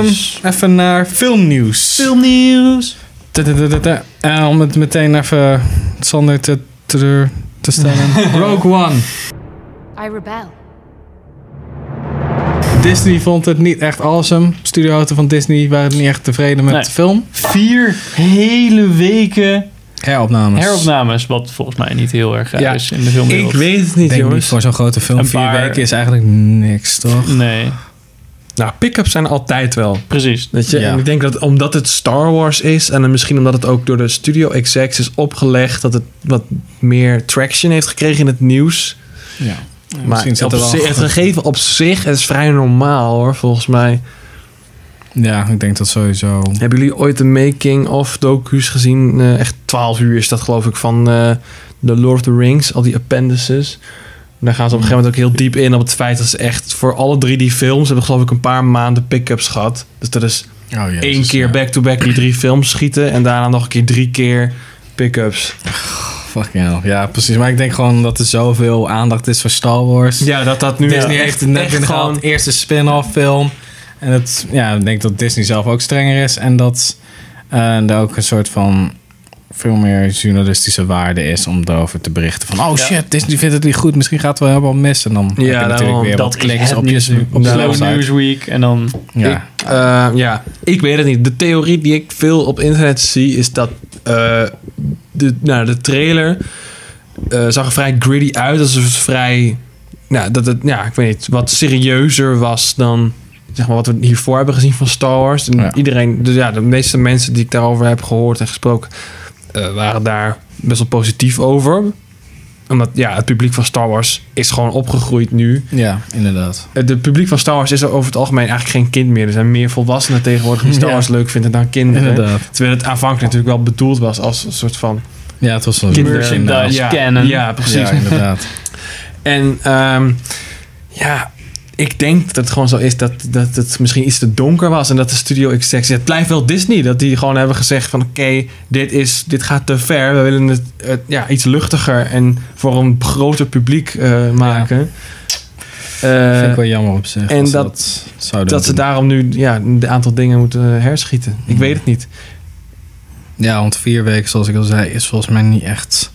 Dus even naar filmnieuws. Ehm, Filmnieuws. Tududududu. Eh, om het meteen even zonder te, te, te stellen. Rogue One. I rebel. Disney vond het niet echt awesome. Studioauto van Disney waren niet echt tevreden met Nee. de film. Vier hele weken Heropnames. heropnames. Wat volgens mij niet heel erg raar Ja, is in de filmwereld. weet het niet, Ik denk niet voor zo'n grote film. Een Vier paar- weken is eigenlijk niks, toch? Nee, Nou, pick-ups zijn altijd wel. precies. Weet je? Ja. En ik denk dat omdat het Star Wars is en dan misschien omdat het ook door de studio execs is opgelegd, dat het wat meer traction heeft gekregen in het nieuws. Ja. maar misschien zit op er wel- zich- het gegeven op zich is vrij normaal hoor, volgens mij. Ja, ik denk dat sowieso. Hebben jullie ooit de making of docu's gezien? Eh, echt 12 uur is dat geloof ik van eh The Lord of the Rings, al die appendices. Daar gaan ze op een gegeven moment ook heel diep in op het feit dat ze echt voor alle drie die films hebben geloof ik een paar maanden pick-ups gehad. Dus dat is Oh, jezus, één keer ja. back-to-back die drie films schieten en daarna nog een keer drie keer pick-ups. Fucking hell. Ja, precies. Maar ik denk gewoon dat er zoveel aandacht is voor Star Wars. Ja, dat dat nu Disney heeft het net binnen gehad. Eerste spin-off film. En het, ja, ik denk dat Disney zelf ook strenger is. En dat eh, er ook een soort van veel meer journalistische waarde is om erover te berichten. Van, oh shit, Disney vindt het niet goed. Misschien gaat het wel helemaal mis. En dan heb je natuurlijk daarom. weer Dat wat is kliks het op je, op je Slow website. Newsweek en dan... Ja. Nou, Ik, eh, ja, ik weet het niet. De theorie die ik veel op internet zie is dat eh, de, nou, de trailer eh, zag er vrij gritty uit. Dat is dus vrij, nou, dat het, ja, ik weet niet, wat serieuzer was dan zeg maar, wat we hiervoor hebben gezien van Star Wars. En Ja. iedereen, dus ja, de meeste mensen die ik daarover heb gehoord en gesproken, eh, waren daar best wel positief over. Omdat ja, het publiek van Star Wars is gewoon opgegroeid nu. ja, inderdaad. Het Eh, de publiek van Star Wars is over het algemeen eigenlijk geen kind meer. Er zijn meer volwassenen tegenwoordig die Star Ja. Wars leuk vinden dan kinderen. Inderdaad. Terwijl het aanvankelijk natuurlijk wel bedoeld was als een soort van... Ja, het was wel Merchandise ja, canon. Ja, precies. Ja, inderdaad. En ehm, ja, ik denk dat het gewoon zo is dat, dat het misschien iets te donker was. En dat de studio execs... Het blijft wel Disney. Dat die gewoon hebben gezegd van... Oké, dit, is- dit gaat te ver. We willen het, het, ja, iets luchtiger en voor een groter publiek eh, maken. Eh, Vind ik wel jammer op zich. en als ze dat- dat, zouden dat ze doen. daarom nu ja, een aantal dingen moeten eh, herschieten. Ik weet het niet. Ja, want vier weken, zoals ik al zei, is volgens mij niet echt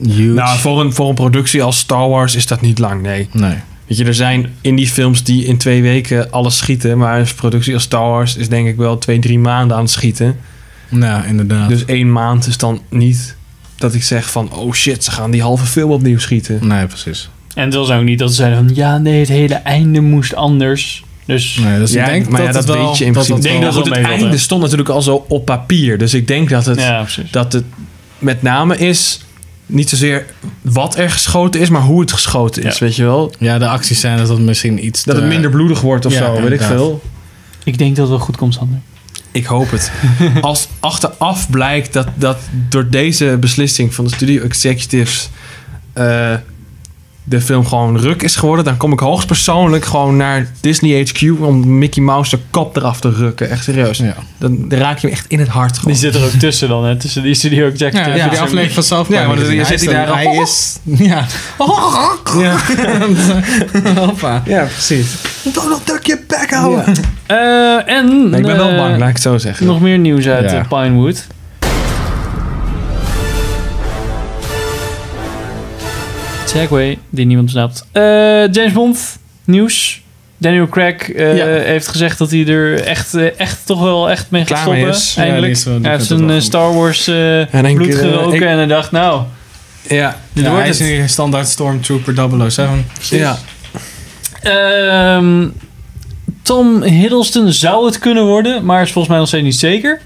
huge. Nou, voor een, voor een productie als Star Wars is dat niet lang, nee. nee. Weet je, er zijn indie films die in twee weken alles schieten. Maar een productie als Star Wars is denk ik wel twee, drie maanden aan het schieten. Nou, inderdaad. Dus één maand is dan niet dat ik zeg van... Oh shit, ze gaan die halve film opnieuw schieten. nee, precies. En het was ook niet dat ze zeiden van... Ja, nee, het hele einde moest anders. Dus Nee, dus Ja, ik denk maar ja, dat, dat het wel, weet je in dat principe. het Ik denk wel- dat Maar goed, het het mee einde wilde. stond natuurlijk al zo op papier. Dus ik denk dat het... ja, precies. dat het met name is niet zozeer wat er geschoten is, maar hoe het geschoten is, Ja. weet je wel? Ja, de acties zijn dat het misschien iets Dat te- het minder bloedig wordt of Ja, zo, weet ik inderdaad. veel. Ik denk dat het wel goed komt, Sander. Ik hoop het. Als achteraf blijkt dat, dat door deze beslissing van de studio executives eh, de film gewoon ruk is geworden, dan kom ik hoogstpersoonlijk gewoon naar Disney HQ om Mickey Mouse de kop eraf te rukken. Echt serieus. Dan, dan raak je hem echt in het hart. Gewoon. Die zit er ook tussen dan, hè? Tussen die studio executive. Ja, die aflevering van South Park. Ja, want dan Hij zit hij is daar dan- al- Oh. Hij is... Ja. Ja. Hoppa. ja, precies. Donald Duck, je bek houden! Eh, en... Nee, ik ben wel eh, bang, laat ik het zo zeggen. Nog meer nieuws uit Ja. eh, Pinewood. Segway, die niemand snapt. Eh, James Bond, nieuws. Daniel Craig eh, Ja. heeft gezegd dat hij er echt, eh, echt toch wel echt mee gaat Klaar mee stoppen. is. Ja, die Eindelijk. is wel- die hij heeft vindt het zijn wel eh, goed. Star Wars eh, En denk, bloed eh, geroken ik- en hij dacht, nou, Ja. dit Ja, wordt hij is dus het. nu standaard oh Stormtrooper 007. Ja. Ehm, Tom Hiddleston zou het kunnen worden, maar is volgens mij nog steeds niet zeker.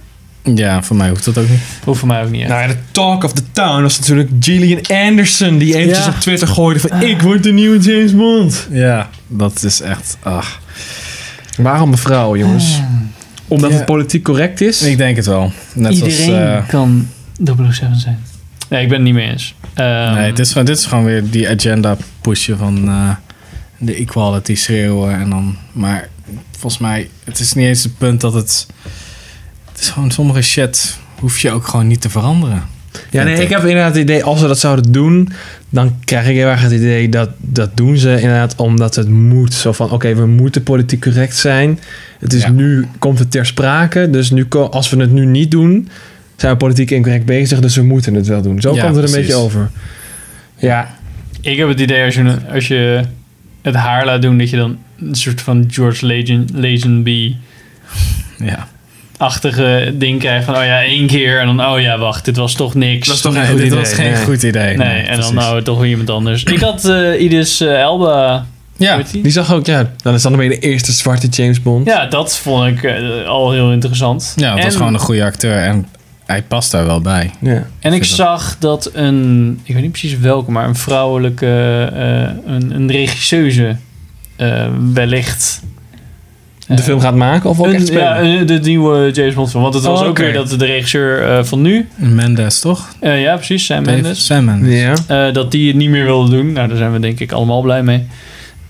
Ja, voor mij hoeft dat ook niet. Hoeft voor mij ook niet. echt. Nou ja, de talk of the town was natuurlijk Gillian Anderson die eventjes Ja. op Twitter gooide van ik word de nieuwe James Bond. Ja, dat is echt... Ach. Waarom mevrouw, jongens? Omdat Ja. het politiek correct is? Ik denk het wel. Net als... Iedereen eh, kan 007 zijn. Nee, ik ben het niet mee eens. Ehm, nee, dit is, gewoon- dit is gewoon weer die agenda pushen van eh, de equality schreeuwen. En dan, maar volgens mij, het is niet eens het punt dat het... Het is gewoon sommige shit hoef je ook gewoon niet te veranderen. Ja, nee, Vind ik ik. heb inderdaad het idee, als ze dat zouden doen, dan krijg ik heel erg het idee dat dat doen ze inderdaad omdat het moet. Zo van, oké, we moeten politiek correct zijn. Het is Ja. nu, komt het ter sprake, dus nu, ko- als we het nu niet doen, zijn we politiek incorrect bezig, dus we moeten het wel doen. Zo Ja, komt het een precies. beetje over. Ja, Ik heb het idee als je, als je het haar laat doen, dat je dan een soort van George Legend, Ja. achtige ding krijgt. Van, oh ja, één keer en dan, oh ja, wacht, dit was toch niks. nee, goed dit idee, was geen nee. goed idee. Nee, en dan precies. nou toch weer iemand anders. Ik had eh Idris eh, Elba. Ja, weet die? die zag ook, ja, dan is dan weer de eerste zwarte James Bond. Ja, dat vond ik eh, al heel interessant. ja het en, was gewoon een goede acteur en hij past daar wel bij. Ja. En ik Vind ik. zag dat een, ik weet niet precies welke, maar een vrouwelijke, eh, een, een regisseuse eh, wellicht. eh, De film gaat maken of ook Een, echt spelen? ja, een- de nieuwe James Bond film. Want het was Oh, ook oké. weer dat de regisseur eh, van nu, Mendes, toch? eh, ja precies, Sam Mendes, Sam Mendes. Ja. eh, dat die het niet meer wilde doen. Nou, daar zijn we denk ik allemaal blij mee.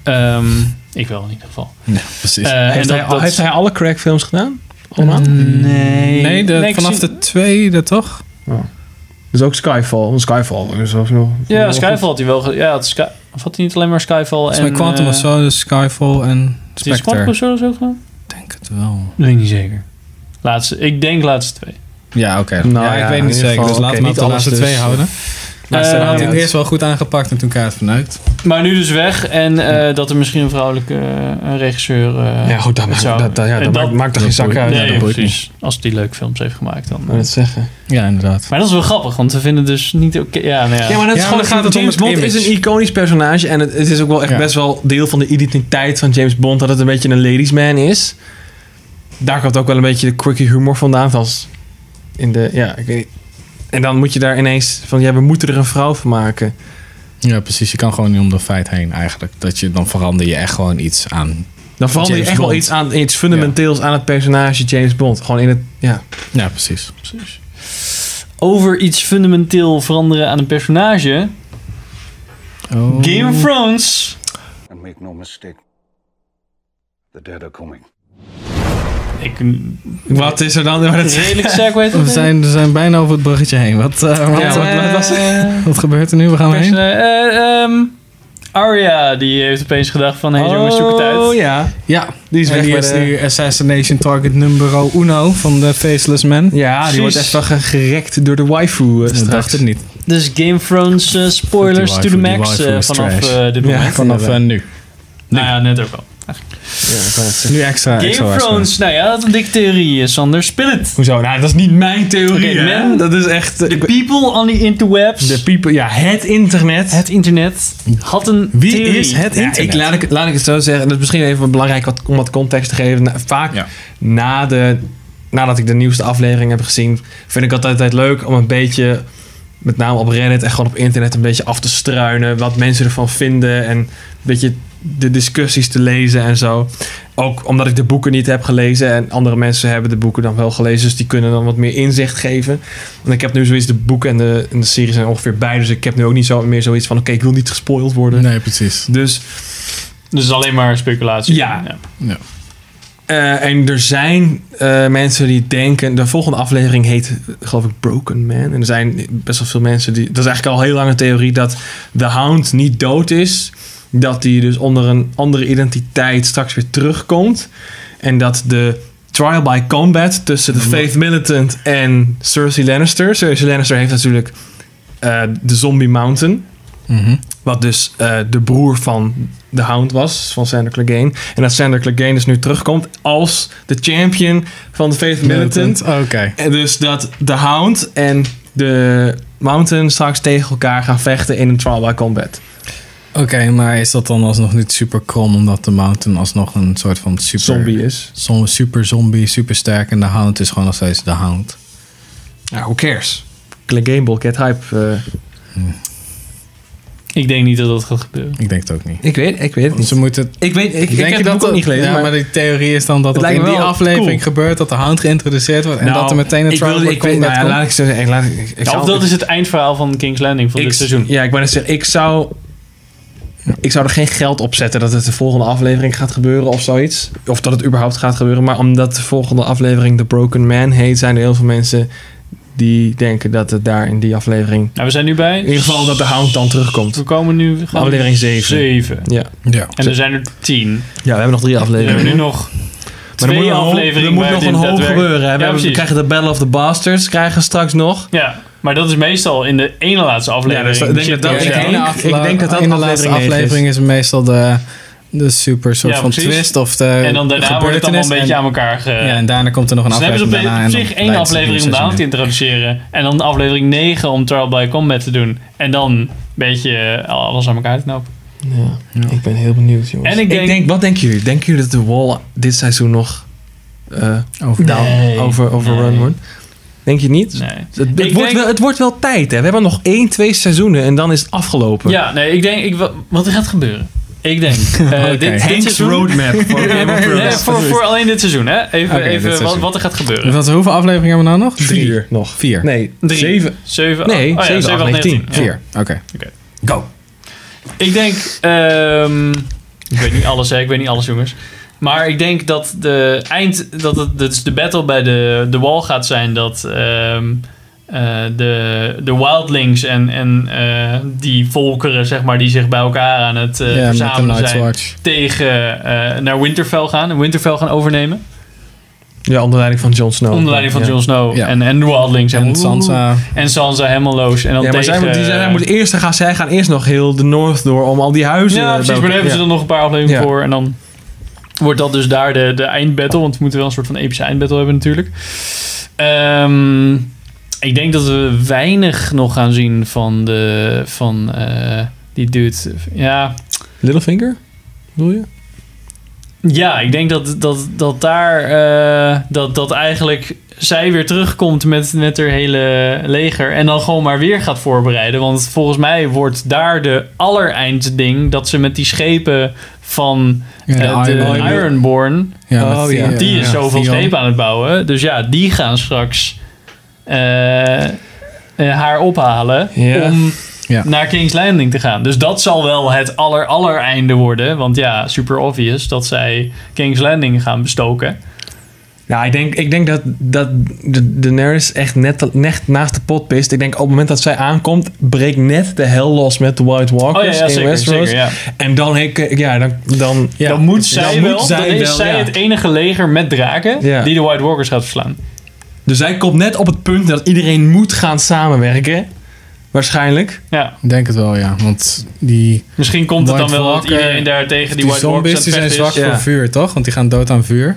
Ehm, ik wel in ieder geval. Ja, precies. Eh, Heeft, en hij, dat- dat- heeft hij alle Craig films gedaan? Allemaal? nee, nee, de- ik vanaf zie- de tweede, toch? Dus ook Skyfall. want Skyfall is ook nog... Ja, Skyfall had hij wel... ge- Ja, had Sky, of had hij niet alleen maar Skyfall en... Volgens mij Quantum eh, of Solace, Skyfall en had hij Quantum Spectre. of Solace ook gedaan? Ik denk het wel. Weet ik niet zeker. Laatste, ik denk laatste twee. Ja, oké. Nou ja, ja, ik weet in niet ieder zeker. geval, Dus laten oké, we maar niet op de alles laatste dus. twee houden. Maar Eh, ze had het ja. eerst wel goed aangepakt en toen kaart verneukt. Maar nu dus weg en eh, dat er misschien een vrouwelijke eh, regisseur... eh, Ja, goed, dat, het maakt, zou- dat, dat- ja, en dat maakt, maakt er geen dat zak boeit uit. me. Ja, nee, dat boeit precies. Als die leuke films heeft gemaakt dan... eh. me. Ik wil het zeggen. Ja, inderdaad. Maar dat is wel grappig, want we vinden dus niet oké... Ja, nou ja. Ja, maar dat Ja, is gewoon, maar dan gaat het om James het Bond is image. een iconisch personage. En het, het is ook wel echt Ja. best wel deel van de identiteit van James Bond. Dat het een beetje een ladies man is. Daar komt ook wel een beetje de quirky humor vandaan. Als in de, ja, ik weet niet. En dan moet je daar ineens van, ja, we moeten er een vrouw van maken. Ja, precies. Je kan gewoon niet om de feit heen eigenlijk. Dat je, dan verander je echt gewoon iets aan. Dan valt er James echt wel Bond. iets, aan, iets fundamenteels aan het personage James Bond. Gewoon in het, ja. Ja, precies. Over iets fundamenteel veranderen aan een personage... Oh. Game of Thrones... And make no mistake, the dead are coming. Ik Wat is er dan? Maar dat- redelijk sterk weet We zijn, we zijn bijna over het bruggetje heen. Wat, eh, wat, Ja, wat- wat was- eh, wat gebeurt er nu? We gaan Pers- heen. eh, ehm, Arya, die heeft opeens gedacht van... Hé hey, jongens, zoek het uit. Oh ja. Ja, Die is en weg die bij is de- nu Assassination Target numero uno van de Faceless Man. Ja, Precies. die wordt echt wel ge- gerekt door de waifu. eh, Ik straks. dacht het niet. Dus Game of Thrones eh, spoilers Die to waifu- the die max waifu eh, is vanaf trash. eh, dit moment. Ja. Vanaf eh, nu. Nou ja, net ook al. Ja, ik wou net zeggen. Nu extra. Game extra of waarschuwing. Thrones, nou ja, dat is een dikke theorie, eh, Sander. Speel het. Hoezo? Nou, dat is niet mijn theorie, Oké, hè? man. Dat is echt... eh, The ik- people on the interwebs, de people... Ja, het internet. het internet, had een Wie theorie. is het Ja, internet? ik, laat, ik, laat ik het zo zeggen. Dat is misschien even belangrijk wat, om wat context te geven. Na- vaak Ja. na de, nadat ik de nieuwste aflevering heb gezien... vind ik het altijd leuk om een beetje met name op Reddit en gewoon op internet een beetje af te struinen. Wat mensen ervan vinden en een beetje de discussies te lezen en zo. Ook omdat ik de boeken niet heb gelezen en andere mensen hebben de boeken dan wel gelezen. Dus die kunnen dan wat meer inzicht geven. En ik heb nu zoiets, de boeken en de, en de serie zijn ongeveer bij. Dus ik heb nu ook niet zo, meer zoiets van, oké, ik wil niet gespoild worden. Nee, precies. Dus... Dus alleen maar speculatie. Ja. Eh, en er zijn eh, mensen die denken. De volgende aflevering heet, eh, geloof ik, Broken Man. En er zijn best wel veel mensen die. Dat is eigenlijk al heel lang een theorie dat de hound niet dood is. Dat die dus onder een andere identiteit straks weer terugkomt. En dat de trial by combat tussen de Faith Militant en Cersei Lannister. Cersei Lannister heeft natuurlijk eh, de Zombie Mountain. Mhm. Wat dus eh, de broer van de Hound was, van Sander Clegane. En dat Sander Clegane dus nu terugkomt als de champion van de Faith Militant. Militant, En dus dat de Hound en de Mountain straks tegen elkaar gaan vechten in een trial by combat. Oké, maar is dat dan alsnog niet super krom omdat de Mountain alsnog een soort van super... Zombie is. Som, super zombie, super sterk en de Hound is gewoon nog steeds de Hound. Ja, who cares? Clegane Ball, Cat Hype. eh, Ik denk niet dat dat gaat gebeuren. Ik denk het ook niet. ik weet, ik weet het Want niet. ze moeten... Ik weet, ik, ik Denk heb je het boek dat ook niet gelezen. Ja, maar, maar de theorie is dan dat Het het lijkt in me die wel aflevering cool. gebeurt dat de hound geïntroduceerd wordt en Nou, dat er meteen een ik trial wilde- by ik wil- combat nou ja, komt. laat ik zo zeggen, laat ik- Ja, ik zou- of dat is het eindverhaal van King's Landing van ik, dit seizoen. Ja, ik wou net zeggen, ik zou... Ik zou er geen geld op zetten dat het de volgende aflevering gaat gebeuren of zoiets. Of dat het überhaupt gaat gebeuren. Maar omdat de volgende aflevering The Broken Man heet, zijn er heel veel mensen die denken dat het daar in die aflevering... Nou, we zijn nu bij. In ieder geval dat de Hound dan terugkomt. We komen nu. we gaan- Aflevering zeven. Zeven. Ja, Ja. En er zijn er tien. ja we hebben nog drie We hebben nu afleveringen. nog Maar er twee moet nog een hoop- afleveringen. er moet bij nog dit een hoop daadwerkelijk- gebeuren. Hè? We, Ja, hebben, we precies. krijgen de Battle of the Bastards, krijgen we straks nog. Ja, maar dat is meestal in de ene laatste aflevering. dus dat- ik denk Shit dat- goes ik down. denk- ik denk dat dat in de laatste aflevering negen is. aflevering is meestal de, de super soort Ja, van precies. twist of de en dan daarna wordt het allemaal een gebeurtenis beetje en- aan elkaar ge... Ja, en daarna komt er nog een dus dan hebben ze aflevering daarna. op, de- op en dan zich één leidt het aflevering om nieuwe de hand te seizoen introduceren. En dan aflevering 9 om Trial by Combat te doen. En dan een beetje eh, alles aan elkaar te knopen. Ik ben heel benieuwd, jongens. En ik denk- wat denken jullie? Denken jullie dat de Wall dit seizoen nog eh Over- down, Nee. over, overrun Nee. wordt? Denk je niet? Nee. Het, het Ik wordt denk- wel, het wordt wel tijd, hè? We hebben nog één, twee seizoenen en dan is het afgelopen. Ja, nee, ik denk... Ik, wa- wat er gaat gebeuren? Ik denk... eh, dit, dit Hank's seizoen- roadmap voor Game of Nee, Thrones. voor, voor alleen dit seizoen, hè? Even, Oké, dit even wat- seizoen. Wat, er gaat gebeuren. is. Wat, hoeveel afleveringen hebben we nou nog? Vier nog. Vier. Nee, Drie. zeven. Zeven, Nee, oh, oh ja, zeven, zeven, acht, acht, negentien. negentien. Ja. Vier, oké. Ik denk... ehm, ik weet niet alles, hè. Ik weet niet alles, jongens. Maar ik denk dat de eind... Dat het dus de battle bij de, de wall gaat zijn dat... ehm, eh, de, de wildlings en, en eh, die volkeren, zeg maar, die zich bij elkaar aan het eh, Ja, met de verzamelen Night's zijn, Watch. tegen eh, naar Winterfell gaan en Winterfell gaan overnemen. Ja, onder leiding van Jon Snow. onder leiding van Jon Snow Oh, Ja. en, en de wildlings. En helemaal- Sansa. En Sansa helemaal loos. En dan Ja, maar tegen... eh, zij, moet- die, zij, moet eerst, gaan, zij gaan eerst nog heel de North door om al die huizen... Ja, bij precies. Maar elkaar- daar hebben ze eh, dan ja. nog een paar afleveringen Ja. voor. En dan wordt dat dus daar de, de eindbattle. Want we moeten wel een soort van epische eindbattle hebben natuurlijk. Ehm, ik denk dat we weinig nog gaan zien van de... Van, eh, die dude... Ja, Littlefinger, bedoel je? Ja, ik denk dat, dat, dat daar eh, dat, dat eigenlijk zij weer terugkomt met, met haar hele leger. En dan gewoon maar weer gaat voorbereiden. Want volgens mij wordt daar de allereindending dat ze met die schepen van Ja, de eh, de, Iron- Ironborn. Ja, Oh, met ja. Theon. Die is Ja, zoveel Theon. schepen aan het bouwen. Dus ja, die gaan straks eh, eh, haar ophalen Ja. om Ja. naar King's Landing te gaan. Dus dat zal wel het aller aller einde worden. Want ja, super obvious dat zij King's Landing gaan bestoken. Ja, ik denk, ik denk dat, dat de Daenerys echt net, te- net naast de pot pist. Ik denk op het moment dat zij aankomt, breekt net de hel los met de White Oh Walkers ja, ja in zeker. Westeros. zeker ja. En dan, ik, ja, dan, dan Ja, dan moet precies. zij Dan wel, moet zij dan is wel, zij ja. het enige leger met draken Ja. die de White Walkers gaat verslaan. Dus zij komt net op het punt dat iedereen moet gaan samenwerken. Waarschijnlijk. Ja, Ik denk het wel, ja. Want die, misschien komt het White dan wel Walker, dat iedereen daar tegen die, die White Walkers aan zombies het die zijn vechten zwak is. Ja. voor vuur, toch? Want die gaan dood aan vuur.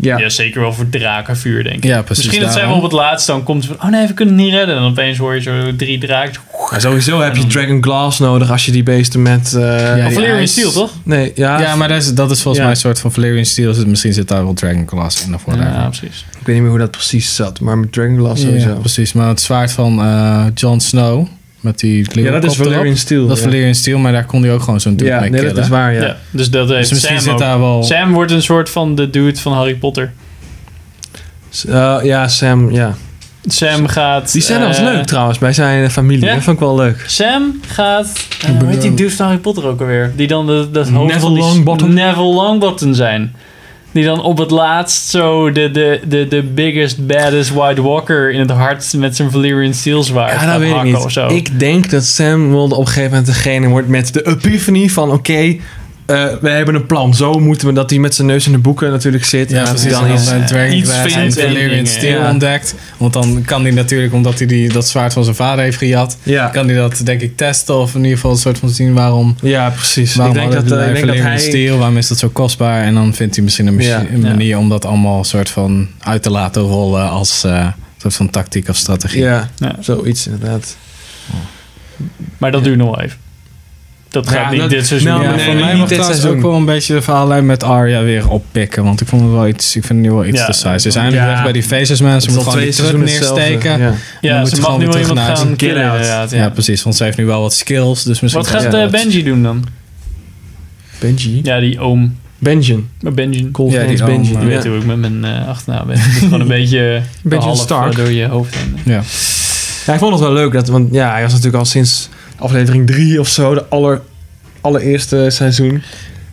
Ja. Ja, zeker wel voor drakenvuur, denk ik. Ja, precies Misschien dat zij wel daarom. op het laatst dan komt van... Oh nee, we kunnen het niet redden. En dan opeens hoor je zo drie draken. zo- Maar sowieso heb je Dragon Glass nodig als je die beesten met... eh die Valerian ijs- Steel, toch? Nee, ja. Ja, maar dat is, dat is volgens Ja. mij een soort van Valerian Steel. Dus Misschien zit daar wel Dragon Glass in of whatever. Ja, precies. Ik weet niet meer hoe dat precies zat, maar met Dragon Glass Ja, sowieso. precies. Maar het zwaard van eh Jon Snow. Met die Ja, dat is leeuwenkop Valerian erop, Steel, Dat is ja. Valerian Steel, maar daar kon hij ook gewoon zo'n dude Ja, mee nee, killen. dat is waar, ja. Ja. dus dat heeft misschien Sam zit ook. daar wel- Sam wordt een soort van de dude van Harry Potter. S- eh, ja, Sam, ja. Sam gaat... Die scène was eh, leuk trouwens, bij zijn familie. Ja? Dat vond ik wel leuk. Sam gaat... eh, hoe heet die dude van Harry Potter ook alweer? Die dan de, dat hoofd Neville van die s- Longbottom? Neville Longbottom zijn. Die dan op het laatst zo de, de, de, de biggest, baddest White Walker in het hart met zijn Valyrian Steel zwaard Ja, gaat dat weet ik hakken of niet. zo. Ik denk dat Sam wilde op een gegeven moment degene wordt met de epiphany van... Oké, eh, we hebben een plan. Zo moeten we dat hij met zijn neus in de boeken natuurlijk zit. Ja, en dat precies. hij Dan dan is is... een Dragon iets Glass vindt en en Valerian dingen, Steel ja. ontdekt. Want dan kan hij natuurlijk, omdat hij die, dat zwaard van zijn vader heeft gejat... Ja. kan hij dat denk ik testen of in ieder geval een soort van zien waarom... Ja, precies. Waarom ik denk dat, dat, eh, ik denk dat Valerian hij... Steel, waarom is dat zo kostbaar? En dan vindt hij misschien een, Ja, een manier om dat allemaal soort van uit te laten rollen als eh, soort van tactiek of strategie. Ja, Ja. zoiets inderdaad. Maar dat duurt nog wel even. Dat Ja, gaat niet dat- dit seizoen. nou, Ja, maar nee, voor nee, mij niet mag dit trouwens seizoen. ook wel een beetje de verhaallijn met Arya weer oppikken. Want ik vond het wel iets, ik vind het nu wel iets Ja. te saai. Ze is eindelijk Ja. weg bij die faces, man. Ze Het is moet al gewoon die twee truck seizoenen hetzelfde. neersteken. Ja. dan Ja, moet ze je mag gewoon nu wel weer iemand terug naar gaan zijn killen kid-out. inderdaad. Ja. Ja. precies. Want ze heeft nu wel wat skills. Dus misschien Wat gaat ze eh, dat- Benji doen dan? Benji. Ja, die oom. Benjen. Maar Benji. Cool Ja, ja, die Benji. oom, Je eh, Ja. weet hoe ik met mijn eh, achternaam ben. Ik moet Gewoon een beetje, Een beetje half Stark. eh, door je hoofd heen. Ja. Ja, ik vond het wel leuk. Dat, want ja, hij was natuurlijk al sinds aflevering 3 of zo, de aller, allereerste seizoen,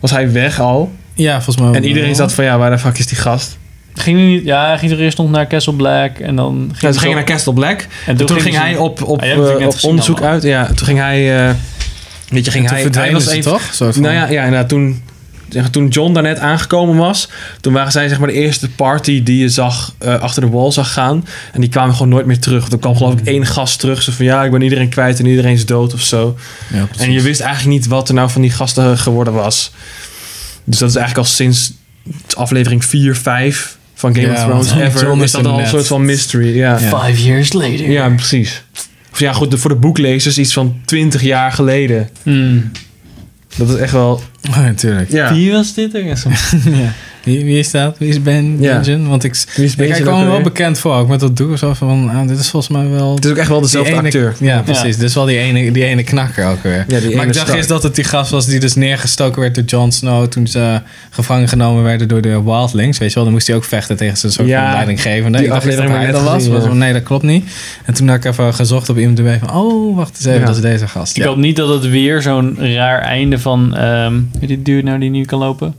was hij weg al. ja, volgens mij. En iedereen zat van, ja, waar de fuck is die gast? Ging hij niet? Ja, hij ging er eerst nog naar Castle Black en dan ging Ja, hij ze gingen zo- naar Castle Black. En En toen, ging gingen hij ze- op, op, Ah, jij hebt het eh, net op gezien onderzoek allemaal. uit. Ja, toen ging hij... eh, weet je, ging Toen hij... Hij verdwenen was ze even... toch? Een soort van- Nou ja, ja inderdaad, toen, ja, toen John daarnet aangekomen was, toen waren zij zeg maar de eerste party die je zag eh, achter de wall zag gaan. En die kwamen gewoon nooit meer terug. Toen kwam geloof ik één gast terug. Zo van ja, ik ben iedereen kwijt en iedereen is dood of zo. Ja, precies. En je wist eigenlijk niet wat er nou van die gasten geworden was. Dus dat is eigenlijk al sinds aflevering 4, 5 van Game Ja, of Thrones want ever. John is is dat al een inderdaad- soort van mystery. Ja, ja. Five years later. precies. Of ja, goed, de- voor de boeklezers iets van 20 jaar geleden. Hmm. Dat is echt wel. Ja, natuurlijk. Ja. Wie was dit? ook? Ja, zo- Wie, wie is dat? Wie is Ben Ja. Benjen? Want ik, Wie is ik, Benjen ik ook kwam hem wel alweer? bekend voor. Ook met dat doek of zo van, ah, dit is volgens mij wel... Het is ook echt wel dezelfde die ene- acteur. Ja, precies. Dus wel die ene, die ene knakker ook weer. die maar ene ik dacht Stark. eerst dat het die gast was die dus neergestoken werd door Jon Snow toen ze gevangen genomen werden door de Wildlings. Weet je wel, dan moest hij ook vechten tegen zijn soort Ja, van leidinggevende. die Ik dacht eerst dat aflevering hij heb ik dat net was. gezien, was ja. van, nee, dat klopt niet. En toen had ik even gezocht op IMDb van, oh, wacht eens even, Ja. dat is deze gast. Ik Ja. hoop niet dat het weer zo'n raar einde van... ehm weet die dude nou die nu kan lopen?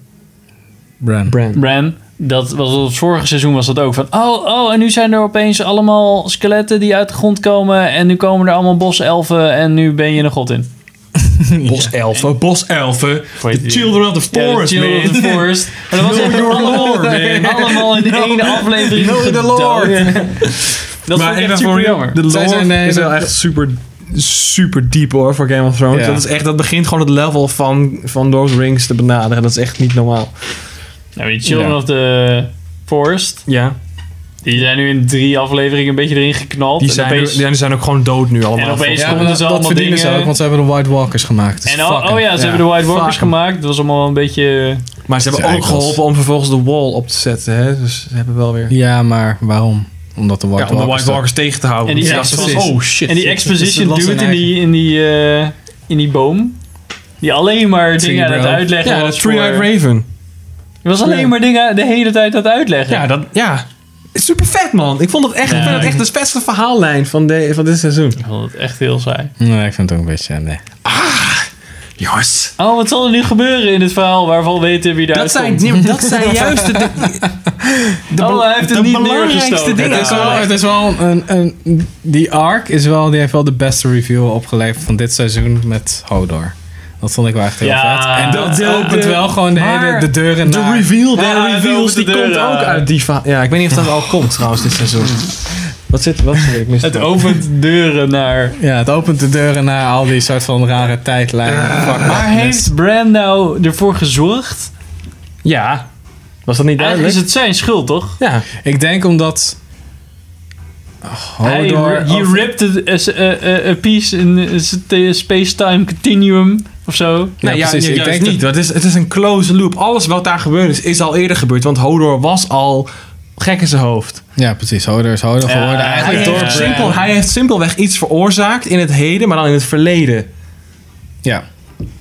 Bran. Brand. Bran. Dat was het vorige seizoen was dat ook van. Oh, oh, en nu zijn er opeens allemaal skeletten die uit de grond komen. En nu komen er allemaal boselfen. En nu ben je een god in. Boselfen, boselfen. weet The niet. children of the forest, Ja, de Children man. of the Forest. Maar dat was echt allemaal, allemaal in de ene aflevering. know the gedood. Lord. Dat maar vond ik even echt voor super jou. jammer. De Zij lore zijn, eh, is wel de- echt super, super diep hoor voor Game of Thrones. Ja. Dat, is echt, dat begint gewoon het level van, van Lord of the Rings te benaderen. Dat is echt niet normaal. Nou, die Children Ja. of the Forest. Ja. Die zijn nu in drie afleveringen een beetje erin geknald. Die En zijn, opeens- die zijn ook gewoon dood nu allemaal. En opeens- Ja, Stonden maar dat, ze dat allemaal verdienen dingen- ze ook, want ze hebben de White Walkers gemaakt. Dus en oh, fuck oh ja, it. ze hebben de White Walkers Fuck 'em. gemaakt. Dat was allemaal een beetje... Maar ze hebben Ja, ook ik was- geholpen om vervolgens de wall op te zetten. Hè? Dus ze hebben wel weer... Ja, maar waarom? Omdat de White Ja, om de Walkers... White Walkers tegen te houden. En die Ja, exposition- precies. oh shit. en die exposition dat is een dude in eigen. die, in, die, eh, in die boom. Die alleen maar Tree dingen aan het bro. uitleggen ja, de was. voor- Three-Eyed Raven. Die was alleen maar dingen de hele tijd aan het uitleggen. Ja, dat... Ja. Super vet, man. Ik vond het echt, ik Ja. vind het echt de beste verhaallijn van, de, van dit seizoen. Ik vond het echt heel saai. Nee, ik vind het ook een beetje... Nee. Jongens. Oh, wat zal er nu gebeuren in het verhaal waarvan we weten wie daar Dat zijn, nee, maar dat zijn juist de, de, de Oh, hij heeft het de niet belangrijkste neergestoken. dingen. Het is wel, het is wel een, een... Die arc is wel, die heeft wel de beste review opgeleverd van dit seizoen met Hodor. Dat vond ik wel echt heel Ja, vet. En dat de- opent de- wel gewoon de maar hele de deuren De naar... reveal, de Ja, reveals, de die deur, komt ja. ook uit die va- Ja, ik weet niet of dat al komt trouwens dit seizoen. Wat zit, wat zit ik mis? Het opent deuren naar... Ja, het opent de deuren naar al die soort van rare tijdlijnen. Fuck Maar madness. heeft Brand nou ervoor gezorgd? Ja, was dat Eigenlijk niet duidelijk? is het zijn schuld, toch? Ja, Ik denk omdat... Hij, Hodor he of- ripped a, a- a- a piece in the space-time continuum of zo. Nee, ja, precies. ju- Ik juist denk dat- niet. want Het is, het is een close loop. Alles wat daar gebeurd is, is al eerder gebeurd. Want Hodor was al gek in zijn hoofd. Ja, precies. Hodor is Hodor geworden. Hij Eigenlijk door heeft, Bran. simpel, hij heeft simpelweg iets veroorzaakt in het heden, maar dan in het verleden. Ja,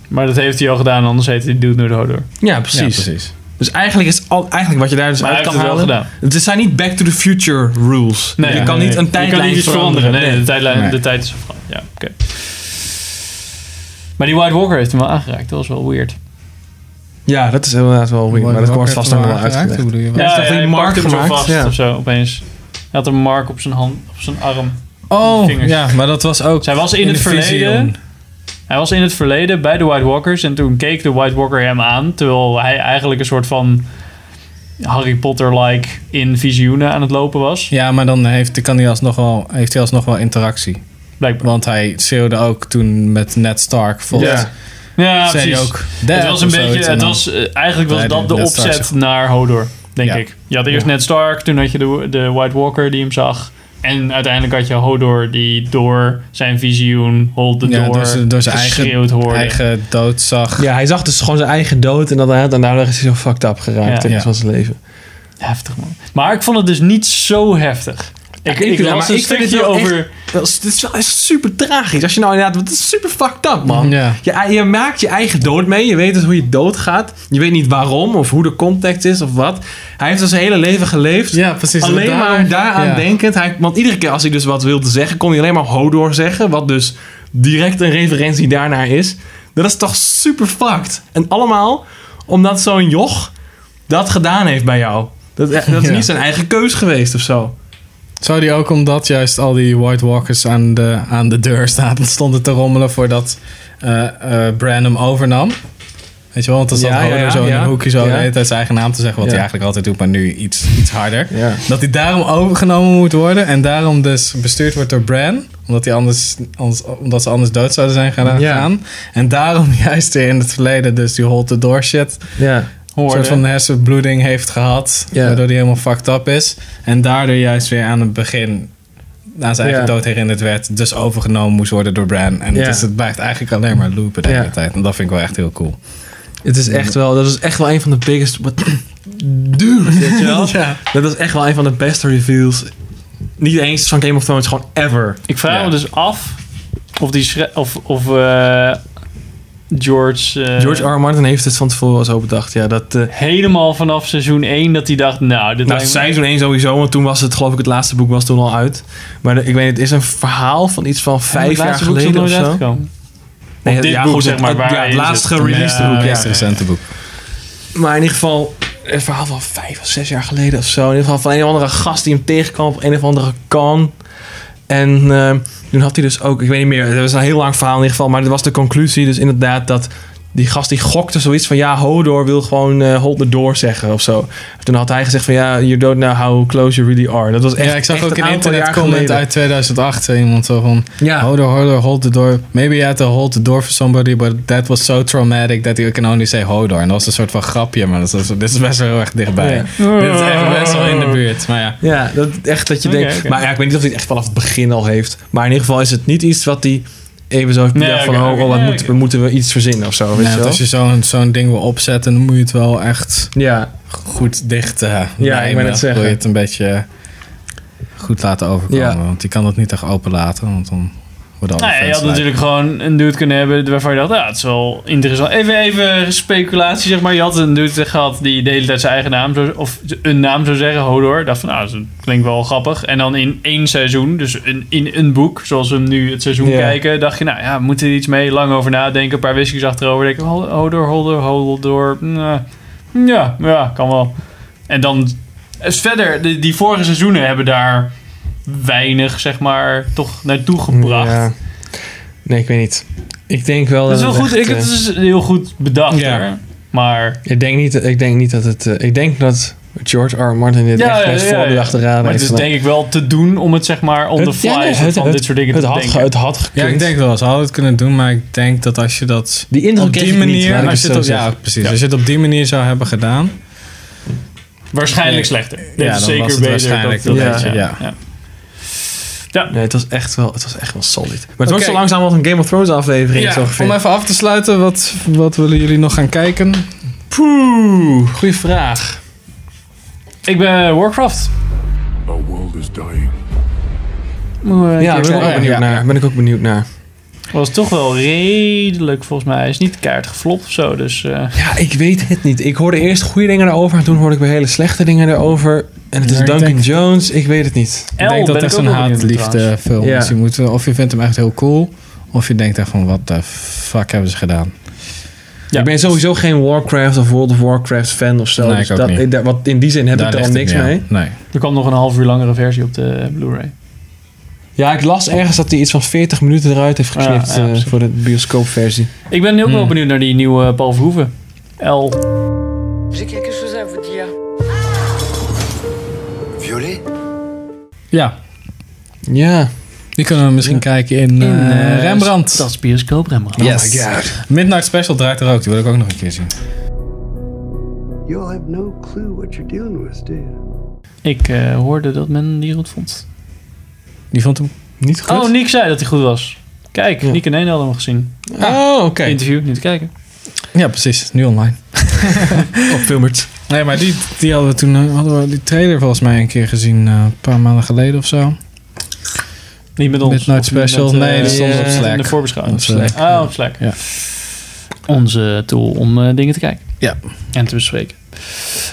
Maar dat heeft hij al gedaan, anders heet hij Dude Nooit Hodor. Ja, ja, precies. precies. Dus eigenlijk is al, eigenlijk wat je daar dus Maar uit hij kan heeft het halen. wel Het zijn niet back to the future rules. je kan niet een tijdlijn Je kan niet iets veranderen. Nee, De, tijdlijn, Nee. de tijd is veranderd. Ja, oké. Maar die White Walker heeft hem wel aangeraakt. Dat was wel weird. Ja, dat is inderdaad wel weird. Maar dat Welke wordt vast heeft nog hem wel aangeraakt? uitgelegd. Hoe bedoel je? Ja, hij heeft een mark pakte hem zo gemaakt, vast ja. of zo opeens. Hij had een mark op zijn hand, op zijn arm. Oh, Vingers. ja, maar dat was ook... Zij was in, In het de verleden. vision. Hij was in het verleden bij de White Walkers en toen keek de White Walker hem aan, terwijl hij eigenlijk een soort van Harry Potter-like in visioenen aan het lopen was. Ja, maar dan heeft, kan hij alsnog wel, heeft hij alsnog wel interactie. Blijkbaar. Want hij schreeuwde ook toen met Ned Stark volgens Ja. Ja, zei Ah, precies. hij ook, het "Dad," was een of zoiets, beetje, en het dan- was, eh, eigenlijk was Nee, dat de Ned Stark opzet zegt- naar Hodor, denk Ja. ik. Je had eerst Ned Stark, toen had je de, de White Walker die hem zag. En uiteindelijk had je Hodor die door zijn visioen, hold the Ja, door, door zijn- door zijn geschreeuwd eigen, hoorde. eigen dood zag. Ja, hij zag dus gewoon zijn eigen dood en daarna, daarna is hij zo fucked up Ja. geraakt in de rest Ja. van zijn leven. Heftig man. Maar ik vond het dus niet zo heftig. Ik, ik, ik wel, las maar een ik vind het stukje wel over. Wel, Het is wel echt super tragisch. Als je nou inderdaad, want het is super fucked up man. Ja. Je, je maakt je eigen dood mee. Je weet dus hoe je dood gaat. Je weet niet waarom of hoe de context is of wat. Hij heeft dus zijn hele leven geleefd. Ja, precies. Alleen Daarom- maar daaraan ja. denkend. Hij, want iedere keer als hij dus wat wilde zeggen, kon hij alleen maar Hodor zeggen. Wat dus direct een referentie daarnaar is. Dat is toch super fucked. En allemaal omdat zo'n joch dat gedaan heeft bij jou. Dat, eh, dat is Ja. niet zijn eigen keus geweest of zo. Zou die ook omdat juist al die White Walkers aan de, aan de deur staan, stonden te rommelen voordat eh eh Bran hem overnam? Weet je wel, want dan zat Ja, ja, Hodor ja, zo in ja. een hoekje zo Ja. de hele tijd zijn eigen naam te zeggen, wat Ja. hij eigenlijk altijd doet, maar nu iets, iets harder. Ja. Dat hij daarom overgenomen moet worden en daarom dus bestuurd wordt door Bran, omdat, hij anders, anders, omdat ze anders dood zouden zijn gaan Ja. gaan. En daarom juist weer in het verleden dus die hold the door shit Ja. een soort van hersenbloeding heeft gehad. Ja. Waardoor hij helemaal fucked up is. En daardoor juist weer aan het begin aan zijn eigen Ja. dood herinnerd werd. Dus overgenomen moest worden door Bran. En Ja. het, is, het blijft eigenlijk alleen maar loopen de Ja. hele tijd. En dat vind ik wel echt heel cool. Het is echt wel, dat is echt wel een van de biggest. What, dude, weet je wel? Dat is echt wel een van de beste reveals. Niet eens van Game of Thrones, gewoon ever. Ik vraag Ja. me dus af of die schre- of, of eh, George, eh, George R. R. Martin heeft het van tevoren al zo bedacht. Ja, dat. eh helemaal vanaf seizoen 1 dat hij dacht, nou, dit nou, lijkt me- seizoen 1 sowieso, want toen was het, geloof ik, het laatste boek was toen al uit. Maar de- ik weet, het is een verhaal van iets van Ja, maar vijf het jaar laatste boek is geleden of nog nooit zo. uitgekomen. Nee, Of dit boek, zeg maar, het- waar ja, hij het in laatst zit. gereleased Ja, boek. Het Ja. meest recente boek. Maar in ieder geval, een verhaal van vijf of zes jaar geleden of zo. In ieder geval van een of andere gast die hem tegenkwam op een of andere kan. En eh, toen had hij dus ook, ik weet niet meer, het was een heel lang verhaal in ieder geval. Maar dat was de conclusie dus inderdaad dat die gast die gokte zoiets van... Ja, Hodor wil gewoon eh, hold the door zeggen of zo. En toen had hij gezegd van ja, you don't know how close you really are. Dat was echt ja, ik zag echt ook een aantal jaar internetcomment geleden. Ah. uit 2008. zei Iemand zo van... Ja. Hold the Hodor, hold the door. Maybe you had to hold the door for somebody... but that was so traumatic that you can only say Hodor. En dat was een soort van grapje, maar dat is, dit is best wel heel erg dichtbij. Dit is echt best wel in de buurt, maar ja. Ja, dat, echt dat je Oké, denkt. oké. Maar ja, ik weet niet of hij het echt vanaf het begin al heeft. Maar in ieder geval is het niet iets wat hij even zo heeft Nee, bedacht oké, van... oké, oh, wat nee, moeten, oké. we moeten we iets verzinnen of zo, weet Ja, je want wel? als je zo'n zo'n ding wil opzetten, dan moet je het wel echt Ja, goed dicht eh, ik lijmen. wou net zeggen. Wil je het een beetje goed laten overkomen. Ja. Want die kan dat niet echt open laten, want dan worden alle Nou ja, je fans had lui. natuurlijk gewoon een dude kunnen hebben waarvan je dacht, ja, het is wel interessant. Even, even speculatie, zeg maar. Je had een dude gehad die de hele tijd zijn eigen naam, zou, of een naam zou zeggen, Hodor. Ik dacht van, nou, dat klinkt wel grappig. En dan in één seizoen, dus in, in een boek, zoals we hem nu het seizoen Ja. kijken, dacht je, nou ja, we moeten er iets mee, lang over nadenken, een paar whiskies achterover, denk ik, Hol- Hodor, Hodor, Hodor, mm, eh, ja, ja, kan wel. En dan is verder, die, die vorige seizoenen hebben daar weinig, zeg maar, toch naartoe gebracht. ja. Nee, ik weet niet. Ik denk wel Dat dat, is wel het goed. echt, Ik, het eh, is heel goed bedacht. Ja. hoor. Maar, ik, denk niet, ik denk niet dat het... eh, ik denk dat George R. R. Martin dit ja, echt ja, met ja, ja. voorbedacht te maar raden het heeft is gedaan. denk ik wel te doen om het zeg maar on the fly ja, nee, soort van dit soort dingen het te had, ge- denken. het had gekund. Ja, ik denk wel, ze hadden het kunnen doen, maar ik denk dat als je dat Die indruk op kreeg die ik niet, manier, laat ik als het je het zo op, ja, zeggen. precies, Ja. als je het op die manier zou hebben gedaan, waarschijnlijk slechter. Dit ja, is dan zeker was het beter. waarschijnlijk dat, een dat- beetje, ja, ja. ja. Ja. Nee, het was echt wel, het was echt wel solid. Maar het Oké. wordt zo langzaam wat een Game of Thrones aflevering zo Ja, ongeveer. om even af te sluiten, wat, wat willen jullie nog gaan kijken? Poeh, goede vraag. Ik ben eh, Warcraft. Our world is dying. Ja, keer ben ik ook kijken. benieuwd Ja, naar. Ben ik ook benieuwd naar. Was toch wel redelijk volgens mij. Hij is niet kaart geflopt of zo. Dus eh, Ja, ik weet het niet. Ik hoorde eerst goede dingen erover en toen hoorde ik weer hele slechte dingen erover. En het is Ja, ik Duncan denk- Jones, ik weet het niet. ik denk dat het echt een haat-liefde film Ja. is. Je moet, wel- of je vindt hem echt heel cool, of je denkt echt van, wat de fuck hebben ze gedaan? Ik ben sowieso geen Warcraft of World of Warcraft fan of zo. Nee, ik dus ook dat, niet. ik- daar- wat in die zin heb Daar ik er al ligt het niks niet aan. mee. Nee. er kwam nog een half uur langere versie op de Blu-ray. Ja, ik las ergens dat hij iets van 40 minuten eruit Ah, heeft geknipt Ja, ja, eh, precies. voor de bioscoopversie. Ik ben ook wel benieuwd naar die nieuwe eh, Paul Verhoeven. L. J'ai quelque chose à vous dire. Violet? Ja. Ja. Die kunnen we misschien kijken in, eh, eh, Rembrandt. Dat is bioscoop Rembrandt. Oh, Yes. Midnight Special draait er ook, die wil ik ook nog een keer zien. You all have no clue what you're dealing with, do you? Ik eh, hoorde dat men die goed vond. Die vond hem niet goed? Oh, Nick zei dat hij goed was. Kijk, Nick en Een hadden hem gezien. oh, oké. Interview, niet te kijken. Ja, precies. Nu online. Op Filmert. Nee, maar die, die hadden we toen eh, hadden we die trailer volgens mij een keer gezien, eh, een paar maanden geleden of zo. Niet met ons. Midnight Of niet Special. met, eh, nee, dat stond eh, op Slack. In de voorbeschouwing. Op Slack. Ah, op Slack. Ja. Onze tool om eh, dingen te kijken. Ja. En te bespreken.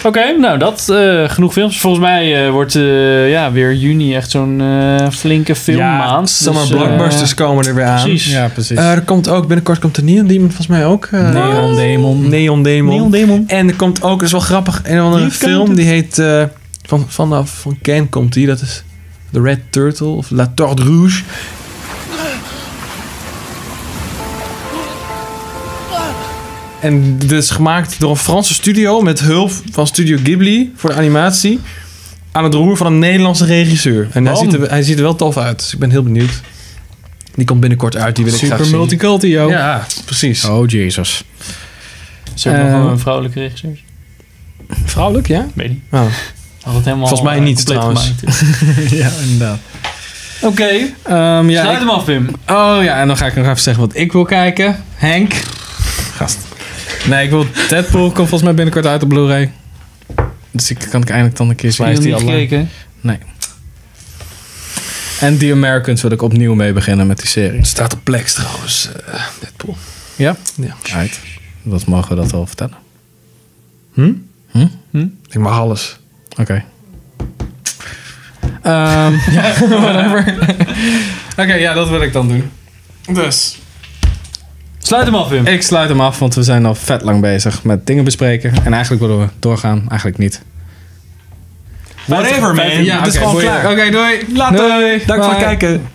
Oké, nou dat. eh, genoeg films. Volgens mij eh, wordt eh, ja, weer juni echt zo'n eh, flinke filmmaand. Ja, summer Dus, eh, blockbusters komen er weer aan. Precies. Ja, precies. Eh, er komt ook, binnenkort komt er Neon Demon volgens mij ook. eh, Neon Demon. Neon Demon. En er komt ook, dat is wel grappig, een of andere Die film. komt- Die heet, eh, van, vanaf van Ken komt die. Dat is The Red Turtle of La Torte Rouge. En dit is gemaakt door een Franse studio met hulp van Studio Ghibli voor de animatie. Aan het roer van een Nederlandse regisseur. En hij Bam. ziet, er, hij ziet er wel tof uit, dus ik ben heel benieuwd. Die komt binnenkort uit, die wil ik graag Super zien. multiculti, joh. Ja, precies. Oh, jezus. Is er ook nog Eh, wel een vrouwelijke regisseur? Vrouwelijk, ja? Weet niet. Oh. Had het helemaal, Volgens mij eh, niet, compleet trouwens. gemaakt. ja, inderdaad. Ehm, Oké. ja, Sluit ik- hem af, Wim. Oh ja, en dan ga ik nog even zeggen wat ik wil kijken. Henk. Gast. Nee, ik wil Deadpool. Komt volgens mij binnenkort uit op Blu-ray. Dus ik kan ik eindelijk dan een keer zien. Heb je hem niet gekeken? Nee. En The Americans wil ik opnieuw mee beginnen met die serie. Staat op plek trouwens, eh, Deadpool. Ja? Ja. Right. Wat mogen we dat al vertellen? Hm? Hm? Ik mag alles. Oké. Ehm, ja, whatever. Oké, ja, dat wil ik dan doen. Dus. Sluit hem af, Wim. Ik sluit hem af, want we zijn al vet lang bezig met dingen bespreken. En eigenlijk willen we doorgaan. Eigenlijk niet. Whatever, man. Ja, Het is oké, gewoon boeien. klaar. Oké, doei. Later. Doei. Dank voor het Bye. kijken.